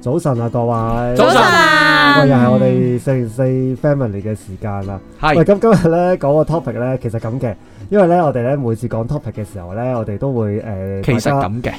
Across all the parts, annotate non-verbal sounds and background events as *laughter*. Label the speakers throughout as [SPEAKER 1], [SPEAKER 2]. [SPEAKER 1] 早晨啊，各位。
[SPEAKER 2] 早晨
[SPEAKER 1] 喂，又係我哋四零四 family 嘅時間啦。
[SPEAKER 2] 係
[SPEAKER 1] 喂，咁今日咧講個 topic 咧，其實咁嘅，因為咧我哋咧每次講 topic 嘅時候咧，我哋都會誒，
[SPEAKER 2] 其實
[SPEAKER 1] 大家
[SPEAKER 2] 咁嘅，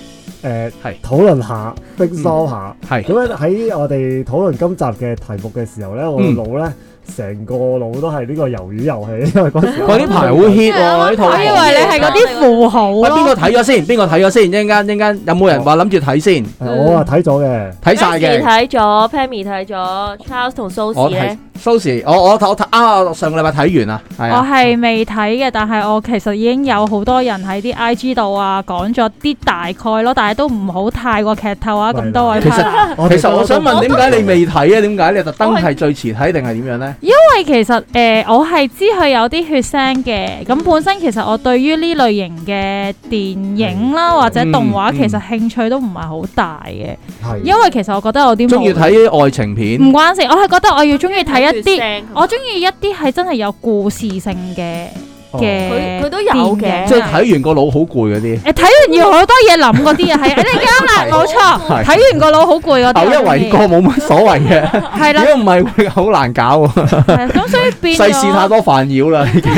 [SPEAKER 1] 誒
[SPEAKER 2] 係嗯
[SPEAKER 1] 討論下，冰疏下。
[SPEAKER 2] 係
[SPEAKER 1] 咁咧喺我哋討論今集嘅題目嘅時候咧，我
[SPEAKER 2] 嗯
[SPEAKER 1] 腦咧成個腦都係呢個魷魚遊戲，因為嗰時
[SPEAKER 2] 嗰啲排好 hit 喎，呢套
[SPEAKER 3] 我
[SPEAKER 4] 我
[SPEAKER 3] 以
[SPEAKER 4] 以
[SPEAKER 3] 為
[SPEAKER 4] 為
[SPEAKER 3] 你
[SPEAKER 4] 你
[SPEAKER 3] 係
[SPEAKER 4] 係
[SPEAKER 3] 嗰
[SPEAKER 4] 嗰
[SPEAKER 3] 啲
[SPEAKER 4] 啲
[SPEAKER 3] 符號
[SPEAKER 2] 喂，邊個
[SPEAKER 3] 咯。
[SPEAKER 2] 睇咗先？邊個睇咗先？一陣間，一陣間有冇人話諗住睇先？
[SPEAKER 1] 係我啊睇咗嘅。
[SPEAKER 2] 睇晒
[SPEAKER 4] Nancy
[SPEAKER 2] 嘅，
[SPEAKER 4] 睇咗，Pammy 睇咗，Charles 同
[SPEAKER 2] 我
[SPEAKER 4] Sosze
[SPEAKER 2] 睇
[SPEAKER 4] 咧，
[SPEAKER 2] Sosze，我我我睇啊，我上個禮拜睇完啦，係
[SPEAKER 3] 我
[SPEAKER 2] 啊，
[SPEAKER 3] 係未睇嘅，但係我其實已經有好多人喺啲 IG 度啊講咗啲大概咯，但係都唔好太過劇透啊！
[SPEAKER 1] 喂
[SPEAKER 3] 咁多位
[SPEAKER 2] 其
[SPEAKER 3] 朋友，
[SPEAKER 2] 實其實我想問點解你未睇啊？點解你特登係最遲睇定係點樣咧？
[SPEAKER 3] *laughs* 因為其實誒、呃我係知佢有啲血腥嘅，咁本身其實我對於呢類型嘅電影啦或者動畫
[SPEAKER 2] 嗯嗯
[SPEAKER 3] 其實興趣都唔係好大嘅，
[SPEAKER 1] 係
[SPEAKER 3] 因為其實我覺得有啲
[SPEAKER 2] 中意
[SPEAKER 3] 無
[SPEAKER 2] 睇愛情片
[SPEAKER 3] 唔，關事，我係覺得我要中意睇一啲，
[SPEAKER 4] 啲
[SPEAKER 3] 我中意一啲係真係有故事性嘅
[SPEAKER 1] 哦
[SPEAKER 3] 嘅
[SPEAKER 4] 佢佢都有嘅
[SPEAKER 3] 電影
[SPEAKER 2] 即係睇完個腦好攰嗰啲，
[SPEAKER 3] 誒睇完要好多嘢諗嗰啲啊，係你啱啦，冇錯。
[SPEAKER 2] 係
[SPEAKER 3] 睇完個腦好攰嗰啲啊，
[SPEAKER 2] 頭一為過冇乜所謂嘅，
[SPEAKER 3] 係
[SPEAKER 2] 如
[SPEAKER 3] 啦，
[SPEAKER 2] 果唔係會好難搞喎，
[SPEAKER 3] 係咁所以變
[SPEAKER 2] 世事太
[SPEAKER 3] 咗
[SPEAKER 2] 多煩擾啦，已經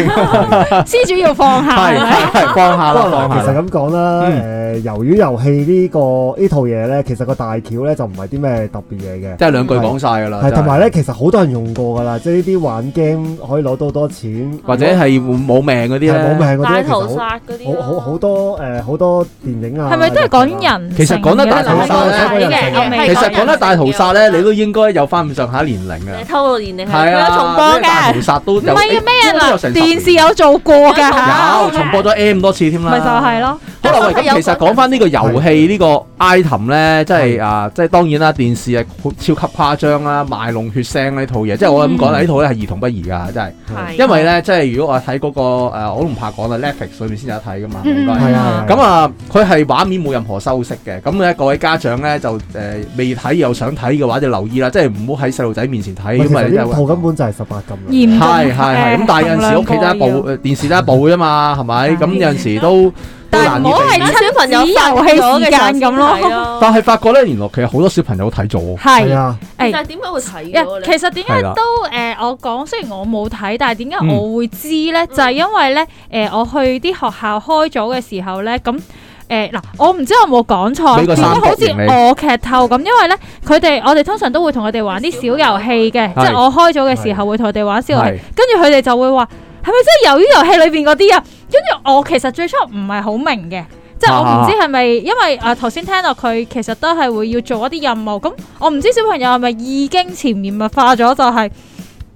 [SPEAKER 3] 施主要放下，
[SPEAKER 2] 係
[SPEAKER 3] 係咪
[SPEAKER 2] 係係啊放下
[SPEAKER 1] 不
[SPEAKER 2] 啦，嗯
[SPEAKER 1] 過
[SPEAKER 2] 放
[SPEAKER 1] 嗱，其
[SPEAKER 2] 下
[SPEAKER 1] 實
[SPEAKER 2] 啦，
[SPEAKER 1] 咁講啦，誒，魷魚遊戲呢個呢套嘢咧，其實個大橋咧就唔係啲咩特別嘢嘅，
[SPEAKER 2] 即係兩句講晒㗎啦，
[SPEAKER 1] 係
[SPEAKER 2] 啊真係
[SPEAKER 1] 同埋咧，其實好多人用過㗎啦，即係呢啲玩 game 可以攞到好多錢，
[SPEAKER 2] 或者係冇冇命嗰啲
[SPEAKER 1] 係
[SPEAKER 2] 咧，
[SPEAKER 1] 冇命嗰啲
[SPEAKER 4] 大
[SPEAKER 1] 呢其
[SPEAKER 4] 屠
[SPEAKER 1] 實
[SPEAKER 4] 殺嗰啲
[SPEAKER 1] 好
[SPEAKER 4] 咯，
[SPEAKER 1] 好好好多誒好多電影啊，
[SPEAKER 3] 係咪都係
[SPEAKER 1] 日
[SPEAKER 3] 講
[SPEAKER 1] 劇啊？
[SPEAKER 3] 人性嘅咧？
[SPEAKER 2] 其實講得大
[SPEAKER 3] 嗱
[SPEAKER 2] 屠殺咧
[SPEAKER 3] 我睇嘅我未
[SPEAKER 2] 其
[SPEAKER 3] 講
[SPEAKER 2] 實
[SPEAKER 3] 人
[SPEAKER 2] 講得大屠殺咧，你都應該有翻咁上下年齡
[SPEAKER 4] 你
[SPEAKER 2] 啊。
[SPEAKER 4] 偷到年齡
[SPEAKER 2] 係
[SPEAKER 4] 佢有
[SPEAKER 2] 啊，
[SPEAKER 4] 重播
[SPEAKER 2] 咩大屠
[SPEAKER 4] 嘅，
[SPEAKER 2] 殺都
[SPEAKER 3] 唔係
[SPEAKER 2] 有，
[SPEAKER 3] 嘅咩啊
[SPEAKER 2] 應該有
[SPEAKER 3] 嗱，
[SPEAKER 2] 成十
[SPEAKER 3] 電視
[SPEAKER 2] 年
[SPEAKER 3] 有做過㗎嚇，
[SPEAKER 2] 有重播咗 M 多次添啦。
[SPEAKER 3] 咪就係。咯。
[SPEAKER 2] 好啦，喂，咁其實講翻呢個遊戲呢個 item 咧，即係啊，即係當然啦，電視係好超級誇張啦，賣弄血腥呢套嘢，即係我咁講啦，
[SPEAKER 3] 嗯
[SPEAKER 2] 呢套咧係兒童不宜㗎，真係。
[SPEAKER 4] 係
[SPEAKER 2] 因為咧，即係如果我睇嗰個誒，我都唔怕講啦，Netflix 裏面先有得睇㗎嘛，應該
[SPEAKER 3] 嗯
[SPEAKER 2] 係。
[SPEAKER 1] 係啊，係
[SPEAKER 2] 咁
[SPEAKER 1] 啊
[SPEAKER 2] 啊，佢係畫面冇任何修飾嘅，咁咧各位家長咧就誒、呃未睇又想睇嘅話就留意啦，即係唔好喺細路仔面前睇，
[SPEAKER 1] 喂其
[SPEAKER 2] 因
[SPEAKER 1] 實
[SPEAKER 2] 為
[SPEAKER 1] 呢
[SPEAKER 2] 真
[SPEAKER 1] 套根
[SPEAKER 2] 係。
[SPEAKER 1] 本就係十八禁啦。
[SPEAKER 3] 嚴重
[SPEAKER 2] 係係係，咁但係有陣時屋企得一
[SPEAKER 3] 衡量
[SPEAKER 2] 部
[SPEAKER 3] 過
[SPEAKER 2] 呃電視得一部啫嘛，係咪？
[SPEAKER 3] 係
[SPEAKER 2] 咁有陣時都都
[SPEAKER 3] 但係
[SPEAKER 2] 難
[SPEAKER 3] 唔
[SPEAKER 2] 以
[SPEAKER 3] 好
[SPEAKER 2] 避
[SPEAKER 3] 係
[SPEAKER 2] 免。
[SPEAKER 4] 小朋友發
[SPEAKER 3] 親子遊戲時間咁咯
[SPEAKER 4] 咗嘅時候先睇咯。
[SPEAKER 2] 但係發覺咧，原來其實好多小朋友都睇咗。
[SPEAKER 1] 係
[SPEAKER 3] 係
[SPEAKER 1] 啊，
[SPEAKER 4] 但
[SPEAKER 3] 誒。
[SPEAKER 4] 係點解會睇咗
[SPEAKER 3] 其
[SPEAKER 4] 咧？
[SPEAKER 3] 實點
[SPEAKER 2] 係
[SPEAKER 3] 解
[SPEAKER 2] 啦
[SPEAKER 3] 都誒、呃我講雖然我冇睇，但係點解
[SPEAKER 2] 嗯
[SPEAKER 3] 我會知咧？就
[SPEAKER 4] 嗯
[SPEAKER 3] 係因為咧，誒、呃我去啲學校開組嘅時候咧，咁誒嗱，我唔知我有冇講錯，
[SPEAKER 2] 俾個
[SPEAKER 3] 變咗
[SPEAKER 2] 三角
[SPEAKER 3] 好似
[SPEAKER 2] 形你
[SPEAKER 3] 我劇透咁，因為咧，佢哋我哋通常都會同佢哋玩啲小遊戲嘅，即
[SPEAKER 2] 係
[SPEAKER 3] 係我開組嘅時候會同佢哋玩小遊戲，
[SPEAKER 2] 係
[SPEAKER 3] 跟住佢哋就會話係咪即係魷魚遊戲裏邊嗰啲啊？跟住我其實最初唔係好明嘅。即係我唔知係咪，因為誒頭先聽落佢其實都係會要做一啲任務，咁我唔知小朋友係咪已經潛移默化咗，就係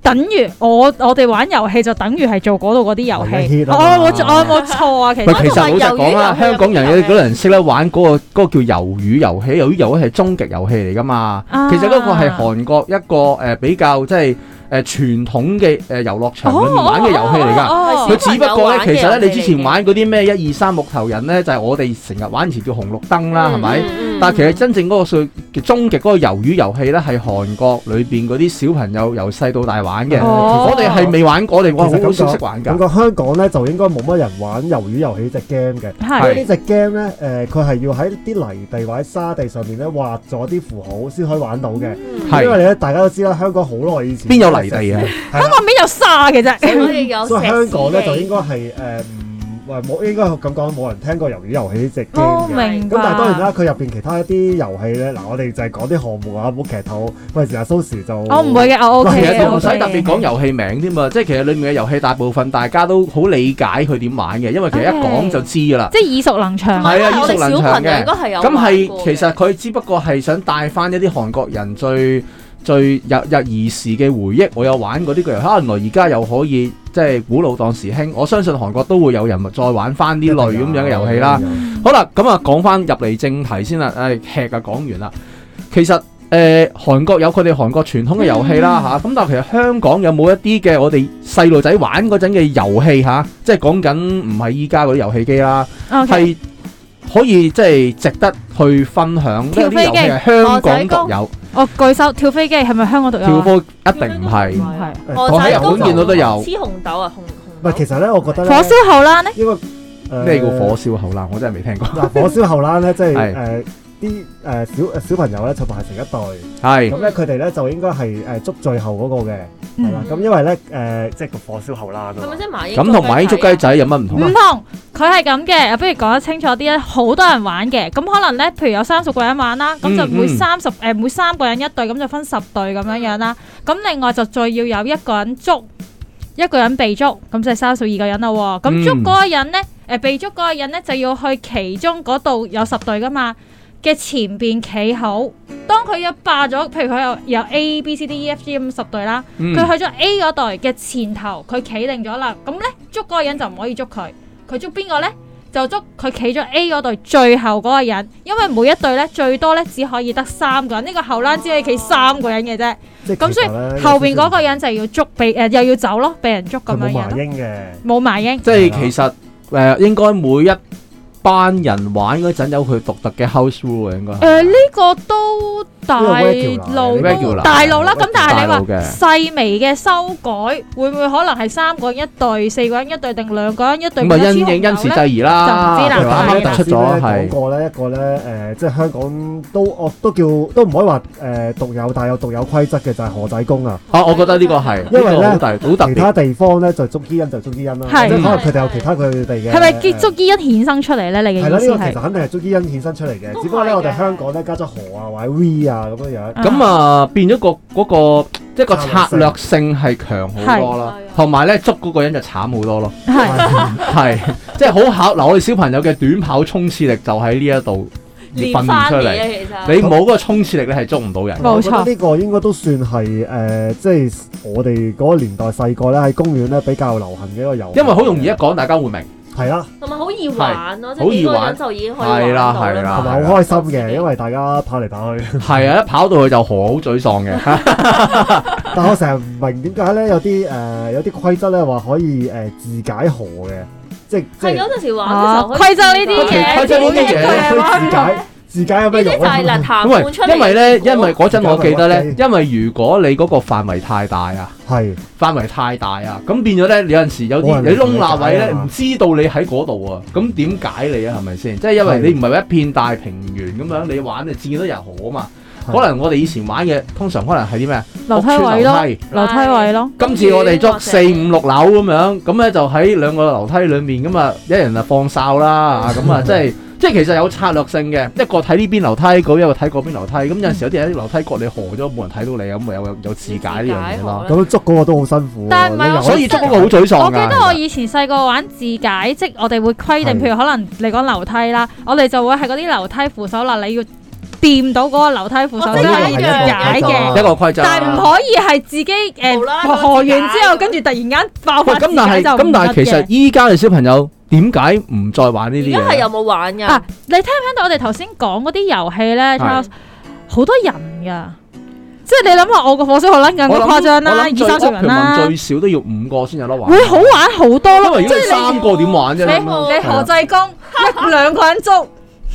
[SPEAKER 3] 等於我我哋玩遊戲就等於係做嗰度嗰啲遊
[SPEAKER 1] 玩
[SPEAKER 3] 戲。
[SPEAKER 1] 一啲
[SPEAKER 3] 我
[SPEAKER 1] 啦
[SPEAKER 3] 我有冇我有冇錯啊？其
[SPEAKER 2] 喂，
[SPEAKER 3] 實
[SPEAKER 2] 其實老實講啦，
[SPEAKER 4] 我都話魷魚遊戲
[SPEAKER 2] 香港人有
[SPEAKER 4] 有
[SPEAKER 2] 嗰人識得玩嗰、個嗰、個叫魷魚遊戲，魷魚遊戲係終極遊戲嚟噶嘛。
[SPEAKER 3] 啊
[SPEAKER 2] 其實嗰個係韓國一個誒、呃比較即係誒傳統嘅誒遊樂場裏面玩嘅遊戲嚟㗎。
[SPEAKER 3] 哦
[SPEAKER 2] 佢
[SPEAKER 3] 哦
[SPEAKER 2] 只不過咧，其實咧，你之前
[SPEAKER 4] 玩
[SPEAKER 2] 玩嗰啲咩一二三木頭人咧，就係我哋成日玩以前叫紅綠燈啦，係咪？
[SPEAKER 4] 嗯
[SPEAKER 2] 但係其實真正嗰個最終極嗰個魷魚遊戲咧，係韓國裏邊嗰啲小朋友由細到大玩嘅。
[SPEAKER 3] 哦
[SPEAKER 2] 我哋係未玩過，我哋
[SPEAKER 1] 其
[SPEAKER 2] 我
[SPEAKER 1] 實
[SPEAKER 2] 好
[SPEAKER 1] 咁
[SPEAKER 2] 少識
[SPEAKER 1] 講，
[SPEAKER 2] 玩
[SPEAKER 1] 感
[SPEAKER 2] 㗎。
[SPEAKER 1] 覺香港咧就應該冇乜人玩魷魚遊戲隻 game 嘅。因為
[SPEAKER 3] 係
[SPEAKER 1] 呢隻 game 咧，誒佢係要喺啲泥地或者沙地上面咧畫咗啲符號先可以玩到嘅。
[SPEAKER 2] 係
[SPEAKER 1] 因為咧，大家都知啦，香港好耐以前
[SPEAKER 2] 邊有泥地啊？
[SPEAKER 1] 係啦？
[SPEAKER 3] 後面有沙嘅啫。
[SPEAKER 4] 我哋有
[SPEAKER 1] 所以香港咧就應
[SPEAKER 4] 應
[SPEAKER 1] 該係誒唔喂冇應該咁講，冇人聽過魷魚遊戲呢隻 game
[SPEAKER 3] 我
[SPEAKER 1] 嘅。
[SPEAKER 3] 哦明
[SPEAKER 1] 咁
[SPEAKER 3] 白。
[SPEAKER 1] 但係當然啦，佢入邊其他一啲遊戲咧，嗱我哋就係講啲項目啊，唔好劇透。喂，時阿蘇時就
[SPEAKER 3] 我唔會嘅，
[SPEAKER 4] 啊
[SPEAKER 3] 我 OK
[SPEAKER 2] 其
[SPEAKER 3] 嘅
[SPEAKER 2] 實
[SPEAKER 3] 我
[SPEAKER 2] 唔
[SPEAKER 3] OK
[SPEAKER 2] 使
[SPEAKER 3] 嘅
[SPEAKER 2] 特別講遊戲名添嘛，啊即係其實裏面嘅遊戲大部分大家都好理解佢點玩嘅，因為其實一
[SPEAKER 3] OK
[SPEAKER 2] 講就知㗎啦。
[SPEAKER 3] 即係耳熟能詳。
[SPEAKER 2] 係啊，
[SPEAKER 4] 我
[SPEAKER 2] 耳熟
[SPEAKER 4] 哋
[SPEAKER 2] 能
[SPEAKER 4] 小
[SPEAKER 2] 詳
[SPEAKER 4] 朋友
[SPEAKER 2] 嘅
[SPEAKER 4] 應。該係有
[SPEAKER 2] 咁
[SPEAKER 4] 玩過
[SPEAKER 2] 係
[SPEAKER 4] 嘅
[SPEAKER 2] 其實佢只不過係想帶翻一啲韓國人最最日日兒時嘅回憶。我有玩過呢個遊戲，啊原來而家又可以即係古老當時興。我相信韓國都會有人再玩翻呢類咁樣嘅遊戲啦。
[SPEAKER 3] 嗯
[SPEAKER 2] 好啦，咁啊講翻入嚟正題先啦。唉、吃啊講完啦。其實誒、呃、韓國有佢哋韓國傳統嘅遊戲
[SPEAKER 3] 嗯
[SPEAKER 2] 啦吓，咁、但係其實香港有冇一啲嘅我哋細路仔玩嗰陣嘅遊戲吓，即係講緊唔係依家嗰啲遊戲機啦。
[SPEAKER 3] 哦 OK，
[SPEAKER 2] 係可以即係值得去分享，因為
[SPEAKER 3] 跳
[SPEAKER 2] 呢啲
[SPEAKER 3] 飛
[SPEAKER 2] 遊
[SPEAKER 3] 機
[SPEAKER 2] 戲係香港獨有，
[SPEAKER 3] 我舉手哦跳飛機係咪香港獨有
[SPEAKER 2] 跳
[SPEAKER 3] 啊？
[SPEAKER 2] 波一定唔係。
[SPEAKER 3] 唔係啊
[SPEAKER 1] 我
[SPEAKER 2] 我喺日本見到都有
[SPEAKER 4] 黐紅豆啊，紅紅
[SPEAKER 1] 唔係，其實咧，我覺得咧
[SPEAKER 3] 火燒後欄呢？
[SPEAKER 1] 應該誒
[SPEAKER 2] 咩叫火燒後欄？我真係未聽過。
[SPEAKER 1] 嗱，火燒後欄咧，即係
[SPEAKER 2] 係
[SPEAKER 1] 誒啲誒小小朋友咧就排成一隊，
[SPEAKER 2] 係
[SPEAKER 3] 嗯
[SPEAKER 1] 咁咧佢哋咧就應該係誒捉最後嗰個嘅，係啦。咁因為咧誒即係個火燒後欄啊嘛
[SPEAKER 4] 係咪即係麻鷹
[SPEAKER 2] 咁同埋啲
[SPEAKER 4] 捉
[SPEAKER 2] 捉雞仔有乜唔同
[SPEAKER 3] 唔
[SPEAKER 2] 啊？
[SPEAKER 3] 同，佢係咁嘅，不如講得清楚啲啦。啊好多人玩嘅，咁可能咧，譬如有三十個人玩啦，咁就
[SPEAKER 2] 嗯
[SPEAKER 3] 每
[SPEAKER 2] 嗯
[SPEAKER 3] 三十誒每三個人一隊，咁就分十隊咁樣樣啦。咁另外就再要有一個人捉，一個人被捉，咁就三十二個人啦喎。咁捉
[SPEAKER 2] 嗯
[SPEAKER 3] 嗰個人咧，誒被捉嗰個人咧就要去其中嗰度有十隊噶嘛嘅前邊企好。當佢一霸咗，譬如佢有有 A、B、C、D、E、F、G E 咁十隊啦。
[SPEAKER 2] 嗯
[SPEAKER 3] 佢去咗 A 嗰隊嘅前頭，佢企定咗啦。咁呢，捉嗰個人就唔可以捉佢，佢捉邊個呢？就捉佢企咗 A 嗰隊最後嗰個人，因為每一隊呢，最多呢只可以得三個人，呢、個後欄只可以企三個人嘅啫。
[SPEAKER 1] 即係
[SPEAKER 3] 咁
[SPEAKER 1] 其
[SPEAKER 3] 所以
[SPEAKER 1] 實呢
[SPEAKER 3] 後邊嗰個人就要捉被誒、又要走咯，被人捉咁
[SPEAKER 1] 佢冇
[SPEAKER 3] 樣
[SPEAKER 1] 麻
[SPEAKER 3] 樣咯，
[SPEAKER 1] 鷹嘅，
[SPEAKER 3] 冇埋英。
[SPEAKER 2] 即係其實誒應該每一班人玩嗰陣有佢獨特嘅 house rule 嘅應該
[SPEAKER 3] 誒呢、個都大
[SPEAKER 1] 呢個 regular
[SPEAKER 3] 路
[SPEAKER 2] 嚟嘅
[SPEAKER 3] 都大路啦，
[SPEAKER 1] regular
[SPEAKER 3] 咁但係你話
[SPEAKER 2] 大路嘅
[SPEAKER 3] 細微嘅修改，會唔會可能係三個人一隊、四個人一隊定兩個人一隊？
[SPEAKER 2] 唔係
[SPEAKER 3] 變咗
[SPEAKER 2] 因
[SPEAKER 3] 雌雄
[SPEAKER 2] 應因時
[SPEAKER 3] 鬥呢
[SPEAKER 2] 制宜啦，
[SPEAKER 3] 就唔知啦
[SPEAKER 2] 佢
[SPEAKER 3] 但係
[SPEAKER 2] 啱
[SPEAKER 3] 啦
[SPEAKER 2] 啱出
[SPEAKER 1] 頭
[SPEAKER 2] 咗
[SPEAKER 1] 先咧講
[SPEAKER 2] 係
[SPEAKER 1] 過咧一個咧誒、即係香港都我都叫都唔可以話誒、獨有，但係有獨有規則嘅就係河仔公啊。
[SPEAKER 2] 啊，我覺得呢個係
[SPEAKER 1] 因為
[SPEAKER 2] 呢個好
[SPEAKER 1] 呢
[SPEAKER 2] 大好特
[SPEAKER 1] 其
[SPEAKER 2] 別。
[SPEAKER 1] 他地方咧就捉基因就捉基因啦，
[SPEAKER 3] 係
[SPEAKER 1] 即係可能佢哋有其他佢哋嘅。
[SPEAKER 3] 係咪
[SPEAKER 1] 誒
[SPEAKER 3] 結足基因衍生出嚟咧？你
[SPEAKER 1] 係啦，
[SPEAKER 3] 嘅意
[SPEAKER 1] 呢
[SPEAKER 3] 思
[SPEAKER 1] 個其
[SPEAKER 3] 係
[SPEAKER 1] 實肯定係捉基因衍生出嚟嘅，
[SPEAKER 4] 都
[SPEAKER 1] 只不過咧
[SPEAKER 4] 係嘅
[SPEAKER 1] 我哋香港咧加咗河啊或者 V 啊咁樣樣。
[SPEAKER 2] 咁啊，變咗個嗰個即係個策略性係強好多啦
[SPEAKER 4] 係，
[SPEAKER 2] 同埋咧捉嗰個人就慘好多
[SPEAKER 3] *laughs*
[SPEAKER 2] 咯，
[SPEAKER 3] 係
[SPEAKER 2] 係即係好考嗱，我哋小朋友嘅短跑衝刺力就喺呢一度而
[SPEAKER 4] 練
[SPEAKER 2] 訓練
[SPEAKER 4] 翻
[SPEAKER 2] 出
[SPEAKER 4] 嚟
[SPEAKER 2] 嚟。
[SPEAKER 4] 啊，其
[SPEAKER 2] 你
[SPEAKER 4] 實
[SPEAKER 2] 冇嗰個衝刺力，你係捉唔到人。
[SPEAKER 1] 我
[SPEAKER 3] 冇錯
[SPEAKER 1] 覺得呢個應該都算係誒、呃即係我哋嗰個年代細個咧喺公園咧比較流行嘅一個遊戲。
[SPEAKER 2] 因為好容易一啊講，大家會明。
[SPEAKER 1] 係啦，
[SPEAKER 4] 同埋好易玩咯，即係
[SPEAKER 2] 好
[SPEAKER 4] 幾
[SPEAKER 2] 易
[SPEAKER 4] 個
[SPEAKER 2] 玩
[SPEAKER 4] 人就已經可以玩
[SPEAKER 2] 係啦
[SPEAKER 4] 到
[SPEAKER 2] 係啦
[SPEAKER 1] 同
[SPEAKER 4] 啦。
[SPEAKER 1] 埋好開心嘅，
[SPEAKER 4] 嗯
[SPEAKER 1] 因為大家跑嚟跑去。
[SPEAKER 2] 係啊，一跑到去就好沮喪嘅。
[SPEAKER 1] 但我成日唔明點解咧，有啲誒、呃有啲規則咧話可以誒、自解河嘅，即係即
[SPEAKER 4] 係
[SPEAKER 1] 係
[SPEAKER 4] 嗰陣時玩嘅時
[SPEAKER 3] 啊
[SPEAKER 4] 候，
[SPEAKER 3] 規則呢啲
[SPEAKER 2] 其
[SPEAKER 3] 嘢，
[SPEAKER 2] 規則呢啲嘢
[SPEAKER 1] 佢自
[SPEAKER 3] 啊
[SPEAKER 1] 解 *laughs* 自解有
[SPEAKER 4] 呢
[SPEAKER 1] 咩
[SPEAKER 4] 啲
[SPEAKER 1] 用
[SPEAKER 4] 就係嗱
[SPEAKER 1] 啊？
[SPEAKER 4] 談
[SPEAKER 2] 因
[SPEAKER 4] 判
[SPEAKER 2] 為
[SPEAKER 4] 出嚟。
[SPEAKER 2] 因為咧，因為嗰陣我記得
[SPEAKER 1] 而
[SPEAKER 2] 咧，因為如果你嗰個範圍太大啊，
[SPEAKER 1] 係
[SPEAKER 2] 範圍太大啊，咁變咗咧，有陣時有
[SPEAKER 1] 冇
[SPEAKER 2] 啲
[SPEAKER 1] 人
[SPEAKER 2] 你窿罅位咧，
[SPEAKER 1] 理解啊
[SPEAKER 2] 唔知道你喺嗰度啊，咁點解你啊？係咪先？即係因為
[SPEAKER 1] 係
[SPEAKER 2] 你唔係一片大平原咁樣，你玩你見到人河啊嘛。
[SPEAKER 1] 係
[SPEAKER 2] 可能我哋以前玩嘅通常可能係啲咩啊
[SPEAKER 3] 樓梯位
[SPEAKER 2] 屋
[SPEAKER 3] 咯，
[SPEAKER 2] 村樓梯
[SPEAKER 3] 樓梯位咯，
[SPEAKER 2] 今次我哋捉
[SPEAKER 4] 或者
[SPEAKER 2] 四五六樓咁樣，咁咧就喺兩個樓梯裏面咁啊，一人啊放哨啦，
[SPEAKER 3] *laughs*
[SPEAKER 2] 咁啊即係即係其實有策略性嘅，一個睇呢邊樓梯，嗰一個睇嗰邊樓梯，咁有陣時有啲人喺樓梯角你河咗，冇人睇到你，咁咪有有有自解呢樣嘢咯。
[SPEAKER 1] 咁捉嗰個都好辛苦喎。
[SPEAKER 3] 但係唔係
[SPEAKER 1] 你
[SPEAKER 3] 我
[SPEAKER 1] 游
[SPEAKER 2] 所以捉嗰個好沮
[SPEAKER 3] 我
[SPEAKER 2] 喪啊
[SPEAKER 3] 記得我
[SPEAKER 2] 㗎。嗯
[SPEAKER 3] 以前細個玩自解，即係我哋會規定，
[SPEAKER 1] 係
[SPEAKER 3] 譬如可能你講樓梯啦，我哋就會係嗰啲樓梯扶手啦，你要掂到嗰個樓梯扶手
[SPEAKER 4] 哦
[SPEAKER 3] 先
[SPEAKER 4] 即係
[SPEAKER 3] 可以
[SPEAKER 4] 一
[SPEAKER 3] 自
[SPEAKER 4] 樣
[SPEAKER 3] 解嘅，
[SPEAKER 1] 嘅
[SPEAKER 2] 一個規則啦。
[SPEAKER 3] 但唔可以係自己誒
[SPEAKER 4] 無啦啦
[SPEAKER 3] 學完
[SPEAKER 4] 自解
[SPEAKER 3] 之後，跟住突然間爆
[SPEAKER 2] 喂
[SPEAKER 3] 發
[SPEAKER 2] 咁
[SPEAKER 3] 自
[SPEAKER 2] 但係
[SPEAKER 3] 解就唔
[SPEAKER 2] 咁但係
[SPEAKER 3] 得
[SPEAKER 2] 其
[SPEAKER 3] 嘅
[SPEAKER 2] 實。依家嘅小朋友點解唔再玩呢
[SPEAKER 4] 而
[SPEAKER 2] 啲
[SPEAKER 4] 家係
[SPEAKER 2] 嘢？
[SPEAKER 4] 有冇玩㗎？
[SPEAKER 3] 啊，你聽唔聽到我哋頭先講嗰啲遊戲咧
[SPEAKER 2] 係
[SPEAKER 3] ？Charles，好多人噶，即係你諗下，我個火燒可能更加誇張啦，
[SPEAKER 2] 我諗
[SPEAKER 3] 二三十人
[SPEAKER 2] 最
[SPEAKER 3] 啦，
[SPEAKER 2] 最少都要五個先有得玩。
[SPEAKER 3] 會好玩好多
[SPEAKER 2] 因
[SPEAKER 3] 咯。
[SPEAKER 2] 為如
[SPEAKER 3] 即
[SPEAKER 2] 果你
[SPEAKER 3] 係
[SPEAKER 2] 三個點玩啫？
[SPEAKER 3] 你
[SPEAKER 2] 你諗
[SPEAKER 3] 你何濟公一兩個人捉，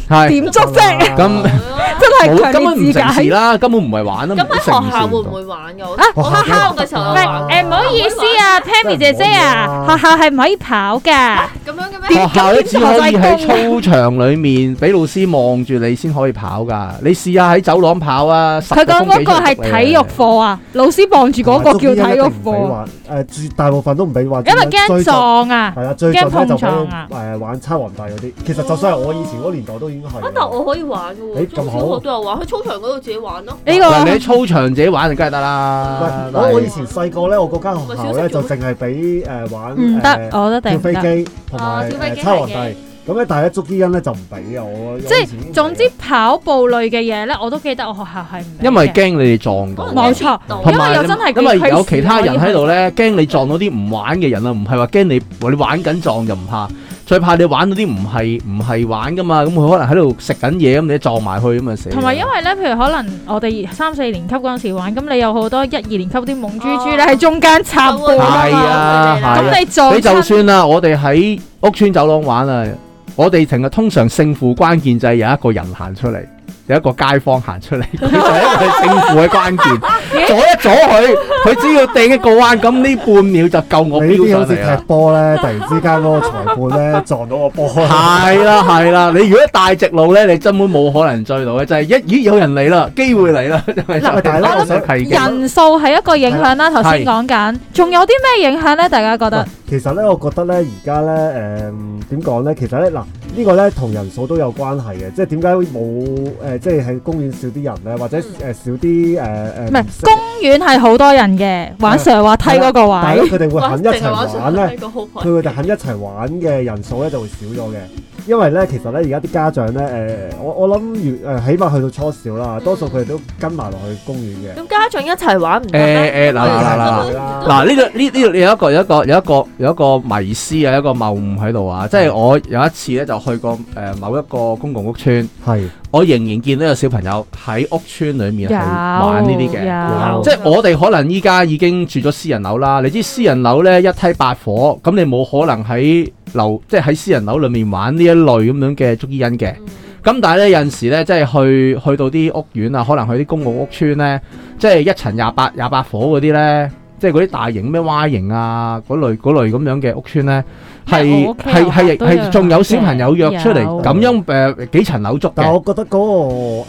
[SPEAKER 2] 下係
[SPEAKER 3] 點捉
[SPEAKER 2] *laughs*
[SPEAKER 3] 啫？
[SPEAKER 2] 咁
[SPEAKER 1] 啊
[SPEAKER 3] 真 *laughs* 係
[SPEAKER 2] 冇根
[SPEAKER 3] 強
[SPEAKER 2] 本唔
[SPEAKER 3] 烈自
[SPEAKER 2] 成事
[SPEAKER 3] 解。
[SPEAKER 2] 啦，根本唔係玩啦。
[SPEAKER 4] 咁喺學校會唔
[SPEAKER 2] 會？
[SPEAKER 4] 會玩㗎？我
[SPEAKER 3] 啊
[SPEAKER 4] 我
[SPEAKER 1] 學校
[SPEAKER 4] 喺敲嘅時候有
[SPEAKER 3] 喂，
[SPEAKER 1] 喂
[SPEAKER 4] 玩
[SPEAKER 3] 誒唔好意思啊，Pammy 姐姐啊，學校係唔可以跑噶。
[SPEAKER 4] 咁樣嘅咩？
[SPEAKER 2] 學校咧
[SPEAKER 3] 點
[SPEAKER 2] 只可以
[SPEAKER 3] 點學
[SPEAKER 2] 喺操場裏面俾老師望住你先可以跑㗎。你試下喺走廊跑啊！
[SPEAKER 3] 佢講嗰個
[SPEAKER 2] 個
[SPEAKER 3] 係體育課啊，老師望住嗰個叫體育課，
[SPEAKER 1] 玩誒，絕大部分都唔俾玩，
[SPEAKER 3] 因為
[SPEAKER 1] 最
[SPEAKER 3] 驚
[SPEAKER 1] 近
[SPEAKER 3] 撞啊。
[SPEAKER 1] 係啦，最近咧就
[SPEAKER 3] 驚碰撞啊
[SPEAKER 1] 俾誒玩差皇帝嗰啲，其實就算係我以前嗰年代都已經係
[SPEAKER 4] 啊，但我可以玩嘅
[SPEAKER 1] 你
[SPEAKER 4] 喎，
[SPEAKER 1] 咁
[SPEAKER 4] 中
[SPEAKER 1] 好
[SPEAKER 4] 小學都有玩，喺操場嗰度自己玩咯。
[SPEAKER 3] 呢
[SPEAKER 2] 嗱，你喺
[SPEAKER 3] 個
[SPEAKER 2] 操場自己玩就梗係得
[SPEAKER 1] 唔
[SPEAKER 2] 啦
[SPEAKER 1] 係。
[SPEAKER 2] 但係
[SPEAKER 1] 我我以前細個咧，我嗰間學校咧就淨係俾誒玩
[SPEAKER 3] 唔得，
[SPEAKER 1] 誒
[SPEAKER 3] 我
[SPEAKER 1] 跳
[SPEAKER 3] 覺得定唔
[SPEAKER 1] 飛
[SPEAKER 3] 得。
[SPEAKER 1] 機同
[SPEAKER 4] 哦
[SPEAKER 1] 埋
[SPEAKER 4] 跳飛
[SPEAKER 1] 誒
[SPEAKER 4] 機
[SPEAKER 1] 差皇帝
[SPEAKER 4] 係嘅
[SPEAKER 1] 咁咧，但係咧捉基因咧就唔俾啊！我
[SPEAKER 3] 即係總之跑步類嘅嘢咧，我都記得我學校係唔俾嘅
[SPEAKER 2] 因為驚你哋撞到。
[SPEAKER 3] 冇錯，
[SPEAKER 2] 同
[SPEAKER 3] 因
[SPEAKER 2] 埋
[SPEAKER 3] 為又真係
[SPEAKER 2] 因為
[SPEAKER 3] 佢
[SPEAKER 2] 有其他人喺度咧，驚你撞到啲唔玩嘅人啊，唔係話驚你你玩緊撞就唔怕，最怕你玩到啲唔係唔係玩噶嘛，咁佢可能喺度食緊嘢咁，你撞埋去咁啊死啦！
[SPEAKER 3] 同埋因為咧，譬如可能我哋三四年級嗰陣時玩，咁你有好多一二年級啲懵豬豬咧
[SPEAKER 4] 哦
[SPEAKER 3] 喺中間插
[SPEAKER 4] 就
[SPEAKER 3] 波
[SPEAKER 4] 會
[SPEAKER 3] 㗎
[SPEAKER 2] 係
[SPEAKER 3] 嘛，
[SPEAKER 2] 啊係啊
[SPEAKER 3] 咁你撞
[SPEAKER 2] 你就
[SPEAKER 3] 親
[SPEAKER 2] 算啦，我哋喺屋村走廊玩啊，我哋成日通常勝負關鍵就係有一個人行出嚟，有一個街坊行
[SPEAKER 1] *laughs*
[SPEAKER 2] 出嚟，佢就係一個政府嘅關鍵，阻一阻佢，佢只要掟一個彎，咁呢半秒就夠我
[SPEAKER 1] 你呢
[SPEAKER 2] 飆
[SPEAKER 1] 啲好
[SPEAKER 2] 上
[SPEAKER 1] 似
[SPEAKER 2] 嚟啦
[SPEAKER 1] 踢。波咧，突然之間嗰個裁判咧撞到個波啦，
[SPEAKER 2] 係啦係啦，你如果大直路咧，你根本冇可能追到嘅，就係一咦有人嚟啦，機會嚟啦，因為就係
[SPEAKER 1] 喂大佬
[SPEAKER 2] 打
[SPEAKER 1] 我想
[SPEAKER 2] 咗契機
[SPEAKER 3] 人數係一個影響啦，頭先講緊，仲有啲咩影響咧？大家覺得
[SPEAKER 1] 喂其實咧，我覺得咧，而家咧，誒點講咧？其實咧，嗱，呢個咧同人數都有關係嘅，即係點解冇誒，即係喺公園少啲人咧，或者誒少啲誒誒，
[SPEAKER 3] 嗯唔
[SPEAKER 1] 唔
[SPEAKER 3] 係
[SPEAKER 1] 識
[SPEAKER 3] 公園係好多人嘅，玩
[SPEAKER 1] 係啊
[SPEAKER 3] 上滑梯嗰個
[SPEAKER 1] 但係
[SPEAKER 3] 位
[SPEAKER 1] 咧，。佢哋會
[SPEAKER 4] 哇
[SPEAKER 1] 肯一
[SPEAKER 4] 淨係
[SPEAKER 1] 齊玩
[SPEAKER 4] 上
[SPEAKER 1] 咧
[SPEAKER 4] 呢。個好朋
[SPEAKER 1] 佢哋肯一齊玩嘅人數咧就會少咗嘅，因為咧其實咧而家啲家長咧誒、我我諗如誒起碼去到初小
[SPEAKER 3] 嗯
[SPEAKER 1] 啦，多數佢哋都跟埋落去公園嘅。
[SPEAKER 4] 咁家長一齊玩唔得
[SPEAKER 2] 誒誒
[SPEAKER 4] 咩？
[SPEAKER 2] 嗱嗱嗱嗱。
[SPEAKER 1] 係啦
[SPEAKER 2] 嗱呢度呢呢度有一個有一個有一個有一個迷思啊，有一個謬誤喺度啊，即係我有一次咧就去過誒、呃某一個公共屋邨，
[SPEAKER 1] 係
[SPEAKER 2] 我仍然見到有小朋友喺屋邨裡面係玩呢啲嘅。
[SPEAKER 3] 有
[SPEAKER 4] 有
[SPEAKER 2] 即係我哋可能依家已經住咗私人樓啦，你知私人樓呢，一梯八伙，咁你冇可能喺樓即係喺私人樓裏面玩呢一類咁樣嘅捉伊人嘅。咁但係咧有陣時咧，即係去去到啲屋苑啊，可能去啲公共屋邨咧，即係一層廿八廿八伙嗰啲咧，即係嗰啲大型咩 Y 型啊嗰類嗰類咁樣嘅屋邨咧，
[SPEAKER 3] 咩
[SPEAKER 2] 係
[SPEAKER 3] 我屋企
[SPEAKER 2] 係
[SPEAKER 3] 樓
[SPEAKER 2] 係
[SPEAKER 3] 都有
[SPEAKER 2] 係仲有小朋友約出嚟
[SPEAKER 3] 有
[SPEAKER 2] 咁樣誒幾層樓捉
[SPEAKER 1] 但係
[SPEAKER 2] 嘅
[SPEAKER 1] 我覺得嗰、個、誒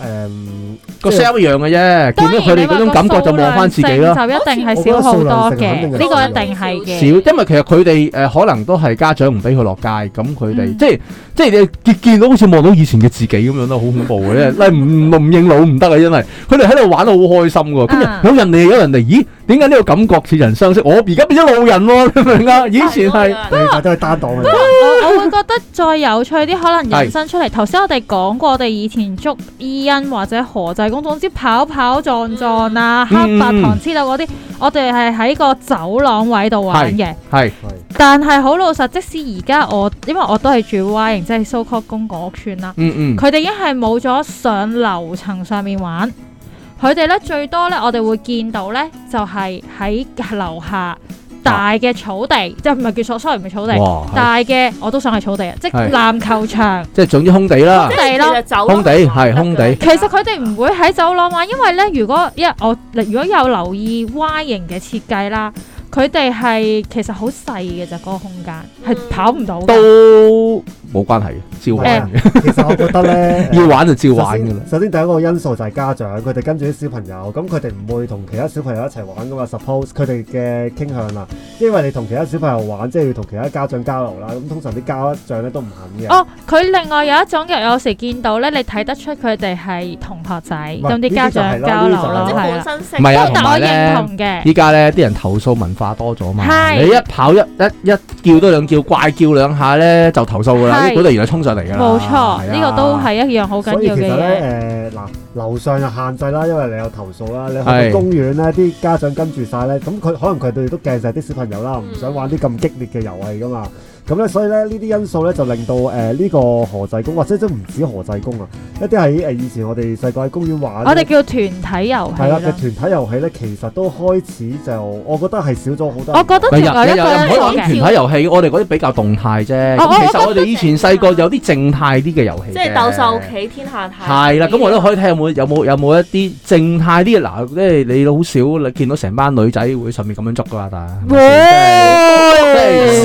[SPEAKER 2] 個
[SPEAKER 1] 即係
[SPEAKER 2] sale 一樣嘅啫，見到佢哋嗰種感覺就望翻自己咯。
[SPEAKER 3] 當然你話個數量性就一定係少好多嘅，呢個一定係
[SPEAKER 2] 少，因
[SPEAKER 3] 嘅。
[SPEAKER 2] 為其實佢哋誒可能都係家長唔俾佢落街，咁佢哋
[SPEAKER 3] 嗯
[SPEAKER 2] 即係即係你見見到好似望到以前嘅自己咁樣咯，好恐怖嘅，因為唔唔唔認老唔得啊，因為佢哋喺度玩得好開心嘅喎，跟住
[SPEAKER 3] 啊
[SPEAKER 2] 有人哋有人哋，咦？點解呢個感覺似人相識？我而家變咗路人喎， *laughs* 你明唔明啊？以前係
[SPEAKER 1] 你大家都係單檔嘅，
[SPEAKER 3] *laughs* 我我會覺得再有趣啲，可能引申出嚟。頭先我哋講過，我哋以前捉伊恩或者何濟公，總之跑跑撞撞啊、
[SPEAKER 2] 嗯
[SPEAKER 3] 黑白糖黐豆嗰啲，我哋係喺個走廊位度玩嘅。
[SPEAKER 2] 係
[SPEAKER 1] 係
[SPEAKER 3] 但係好老實，即使而家我因為我都係住 Y 型，即係 so called 公共屋邨啦。
[SPEAKER 2] 嗯嗯
[SPEAKER 3] 佢哋已經係冇咗上樓層上面玩，佢哋咧最多咧，我哋會見到咧就係喺樓下大嘅草地，即係唔係叫草，sorry 唔係草地，
[SPEAKER 2] 哇，係
[SPEAKER 3] 大嘅我都想係草地啊，即
[SPEAKER 2] 係
[SPEAKER 3] 係籃球場。
[SPEAKER 2] 即係總之空地啦
[SPEAKER 3] 即，係咯
[SPEAKER 4] 咯
[SPEAKER 2] 空地係空地
[SPEAKER 3] 其實佢哋唔會喺走廊玩，因為咧，如果因為我如果有留意 Y 型嘅設計啦，佢哋係其實好細嘅啫，嗰、個空間係
[SPEAKER 4] 嗯
[SPEAKER 3] 跑唔到嘅。
[SPEAKER 2] 都冇關係嘅，照玩嘅，。
[SPEAKER 1] 其實我覺得咧
[SPEAKER 2] 要玩就照
[SPEAKER 1] 首
[SPEAKER 2] 玩㗎啦
[SPEAKER 1] 先，。首先第一個因素就係家長，佢哋跟住啲小朋友，咁佢哋唔會同其他小朋友一齊玩噶嘛。Suppose 佢哋嘅傾向啦，因為你同其他小朋友玩，即係要同其他家長交流啦。咁通常啲家長咧都唔肯嘅。
[SPEAKER 3] 哦，佢另外有一種嘅，有時見到咧，你睇得出佢哋係同學仔，
[SPEAKER 1] 唔係
[SPEAKER 3] 咁啲家長交流咯，
[SPEAKER 1] 呢啲就係啦呢啲就係
[SPEAKER 3] 係啦。
[SPEAKER 2] 唔係啊
[SPEAKER 3] 但
[SPEAKER 2] 同埋
[SPEAKER 3] 我
[SPEAKER 2] 呢
[SPEAKER 3] 認同嘅，
[SPEAKER 2] 依家咧啲人投訴文化多咗嘛，
[SPEAKER 3] 係
[SPEAKER 2] 你一跑一一一叫多兩叫，怪叫兩下咧就投訴噶啦，
[SPEAKER 3] 係
[SPEAKER 2] 嗰度原來衝上嚟噶啦，
[SPEAKER 3] 冇錯，呢個都
[SPEAKER 2] 係啊。
[SPEAKER 3] 係一樣好
[SPEAKER 1] 啊所
[SPEAKER 3] 緊
[SPEAKER 1] 以
[SPEAKER 3] 要
[SPEAKER 1] 其
[SPEAKER 3] 嘅
[SPEAKER 1] 實
[SPEAKER 3] 嘢。
[SPEAKER 1] 咧，誒嗱、樓上就限制啦，因為你有投訴啦，你去
[SPEAKER 2] 係
[SPEAKER 1] 到公園咧，啲家長跟住晒咧，咁佢可能佢哋都驚晒啲小朋友
[SPEAKER 3] 嗯
[SPEAKER 1] 啦，唔想玩啲咁激烈嘅遊戲噶嘛。咁咧，所以咧呢啲因素咧就令到誒呢、個河濟公，或者都唔止河濟公啊，一啲喺誒以前我哋細個喺公園玩呢，
[SPEAKER 3] 我哋叫團體遊戲
[SPEAKER 1] 係啦啊嘅
[SPEAKER 3] 啊啦。
[SPEAKER 1] 團體遊戲咧，其實都開始就我覺得係少咗好多人
[SPEAKER 3] 我
[SPEAKER 1] 玩。
[SPEAKER 3] 覺得
[SPEAKER 2] 又
[SPEAKER 3] 另外一
[SPEAKER 2] 又又
[SPEAKER 3] 個
[SPEAKER 2] 唔可以講
[SPEAKER 3] 因素
[SPEAKER 2] 團
[SPEAKER 3] 嘅，
[SPEAKER 2] 體遊戲，我哋嗰啲比較動態啫。
[SPEAKER 3] 哦
[SPEAKER 2] 咁
[SPEAKER 3] 我
[SPEAKER 2] 其實我哋以前細個有啲靜態啲嘅遊戲嘅，
[SPEAKER 4] 即係鬥獸棋天下太
[SPEAKER 2] 係啦，咁我都可以睇下有冇有冇有冇一啲靜態啲嘅嗱，即係你好少你見到成班女仔會上面咁樣捉噶嘛，但係即係
[SPEAKER 3] 嗯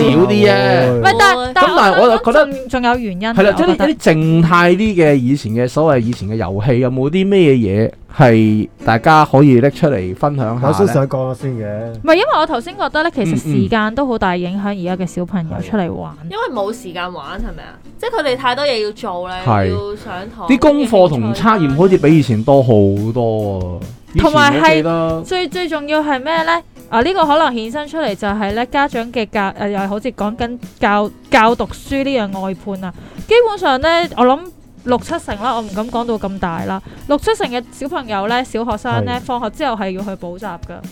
[SPEAKER 2] 少啲啊啫。
[SPEAKER 1] 哦
[SPEAKER 3] 唔係，但
[SPEAKER 4] 咁
[SPEAKER 3] 哦但
[SPEAKER 2] 咁但係我就覺得
[SPEAKER 3] 仲仲有原因嘅。啊
[SPEAKER 2] 係啦，即
[SPEAKER 3] 我覺
[SPEAKER 2] 係
[SPEAKER 3] 得
[SPEAKER 2] 一啲靜態啲嘅以前嘅所謂以前嘅遊戲，有冇啲咩嘢係大家可以拎出嚟分享
[SPEAKER 1] 我
[SPEAKER 2] 下
[SPEAKER 1] 先
[SPEAKER 2] 咧？
[SPEAKER 1] 想講咗先嘅。
[SPEAKER 3] 唔係因為我頭先覺得咧，其
[SPEAKER 2] 嗯
[SPEAKER 3] 實
[SPEAKER 2] 嗯
[SPEAKER 3] 時間都好大影響而家嘅小朋友出嚟玩。
[SPEAKER 4] 因為冇時間玩係咪啊？即係佢哋太多嘢要做咧，
[SPEAKER 2] 係
[SPEAKER 4] 要上堂
[SPEAKER 2] 啲功課同測驗好似比以前多好多啊！
[SPEAKER 3] 同埋係
[SPEAKER 2] 係
[SPEAKER 3] 最最重要係咩呢？啊，呢、個可能衍生出嚟就係咧家長嘅教誒、呃又係好似講緊教教讀書呢樣外判啊。基本上呢，我諗六七成啦，我唔敢講到咁大啦。六七成嘅小朋友呢，小學生呢，
[SPEAKER 1] 係
[SPEAKER 3] 放學之後係要去補習噶。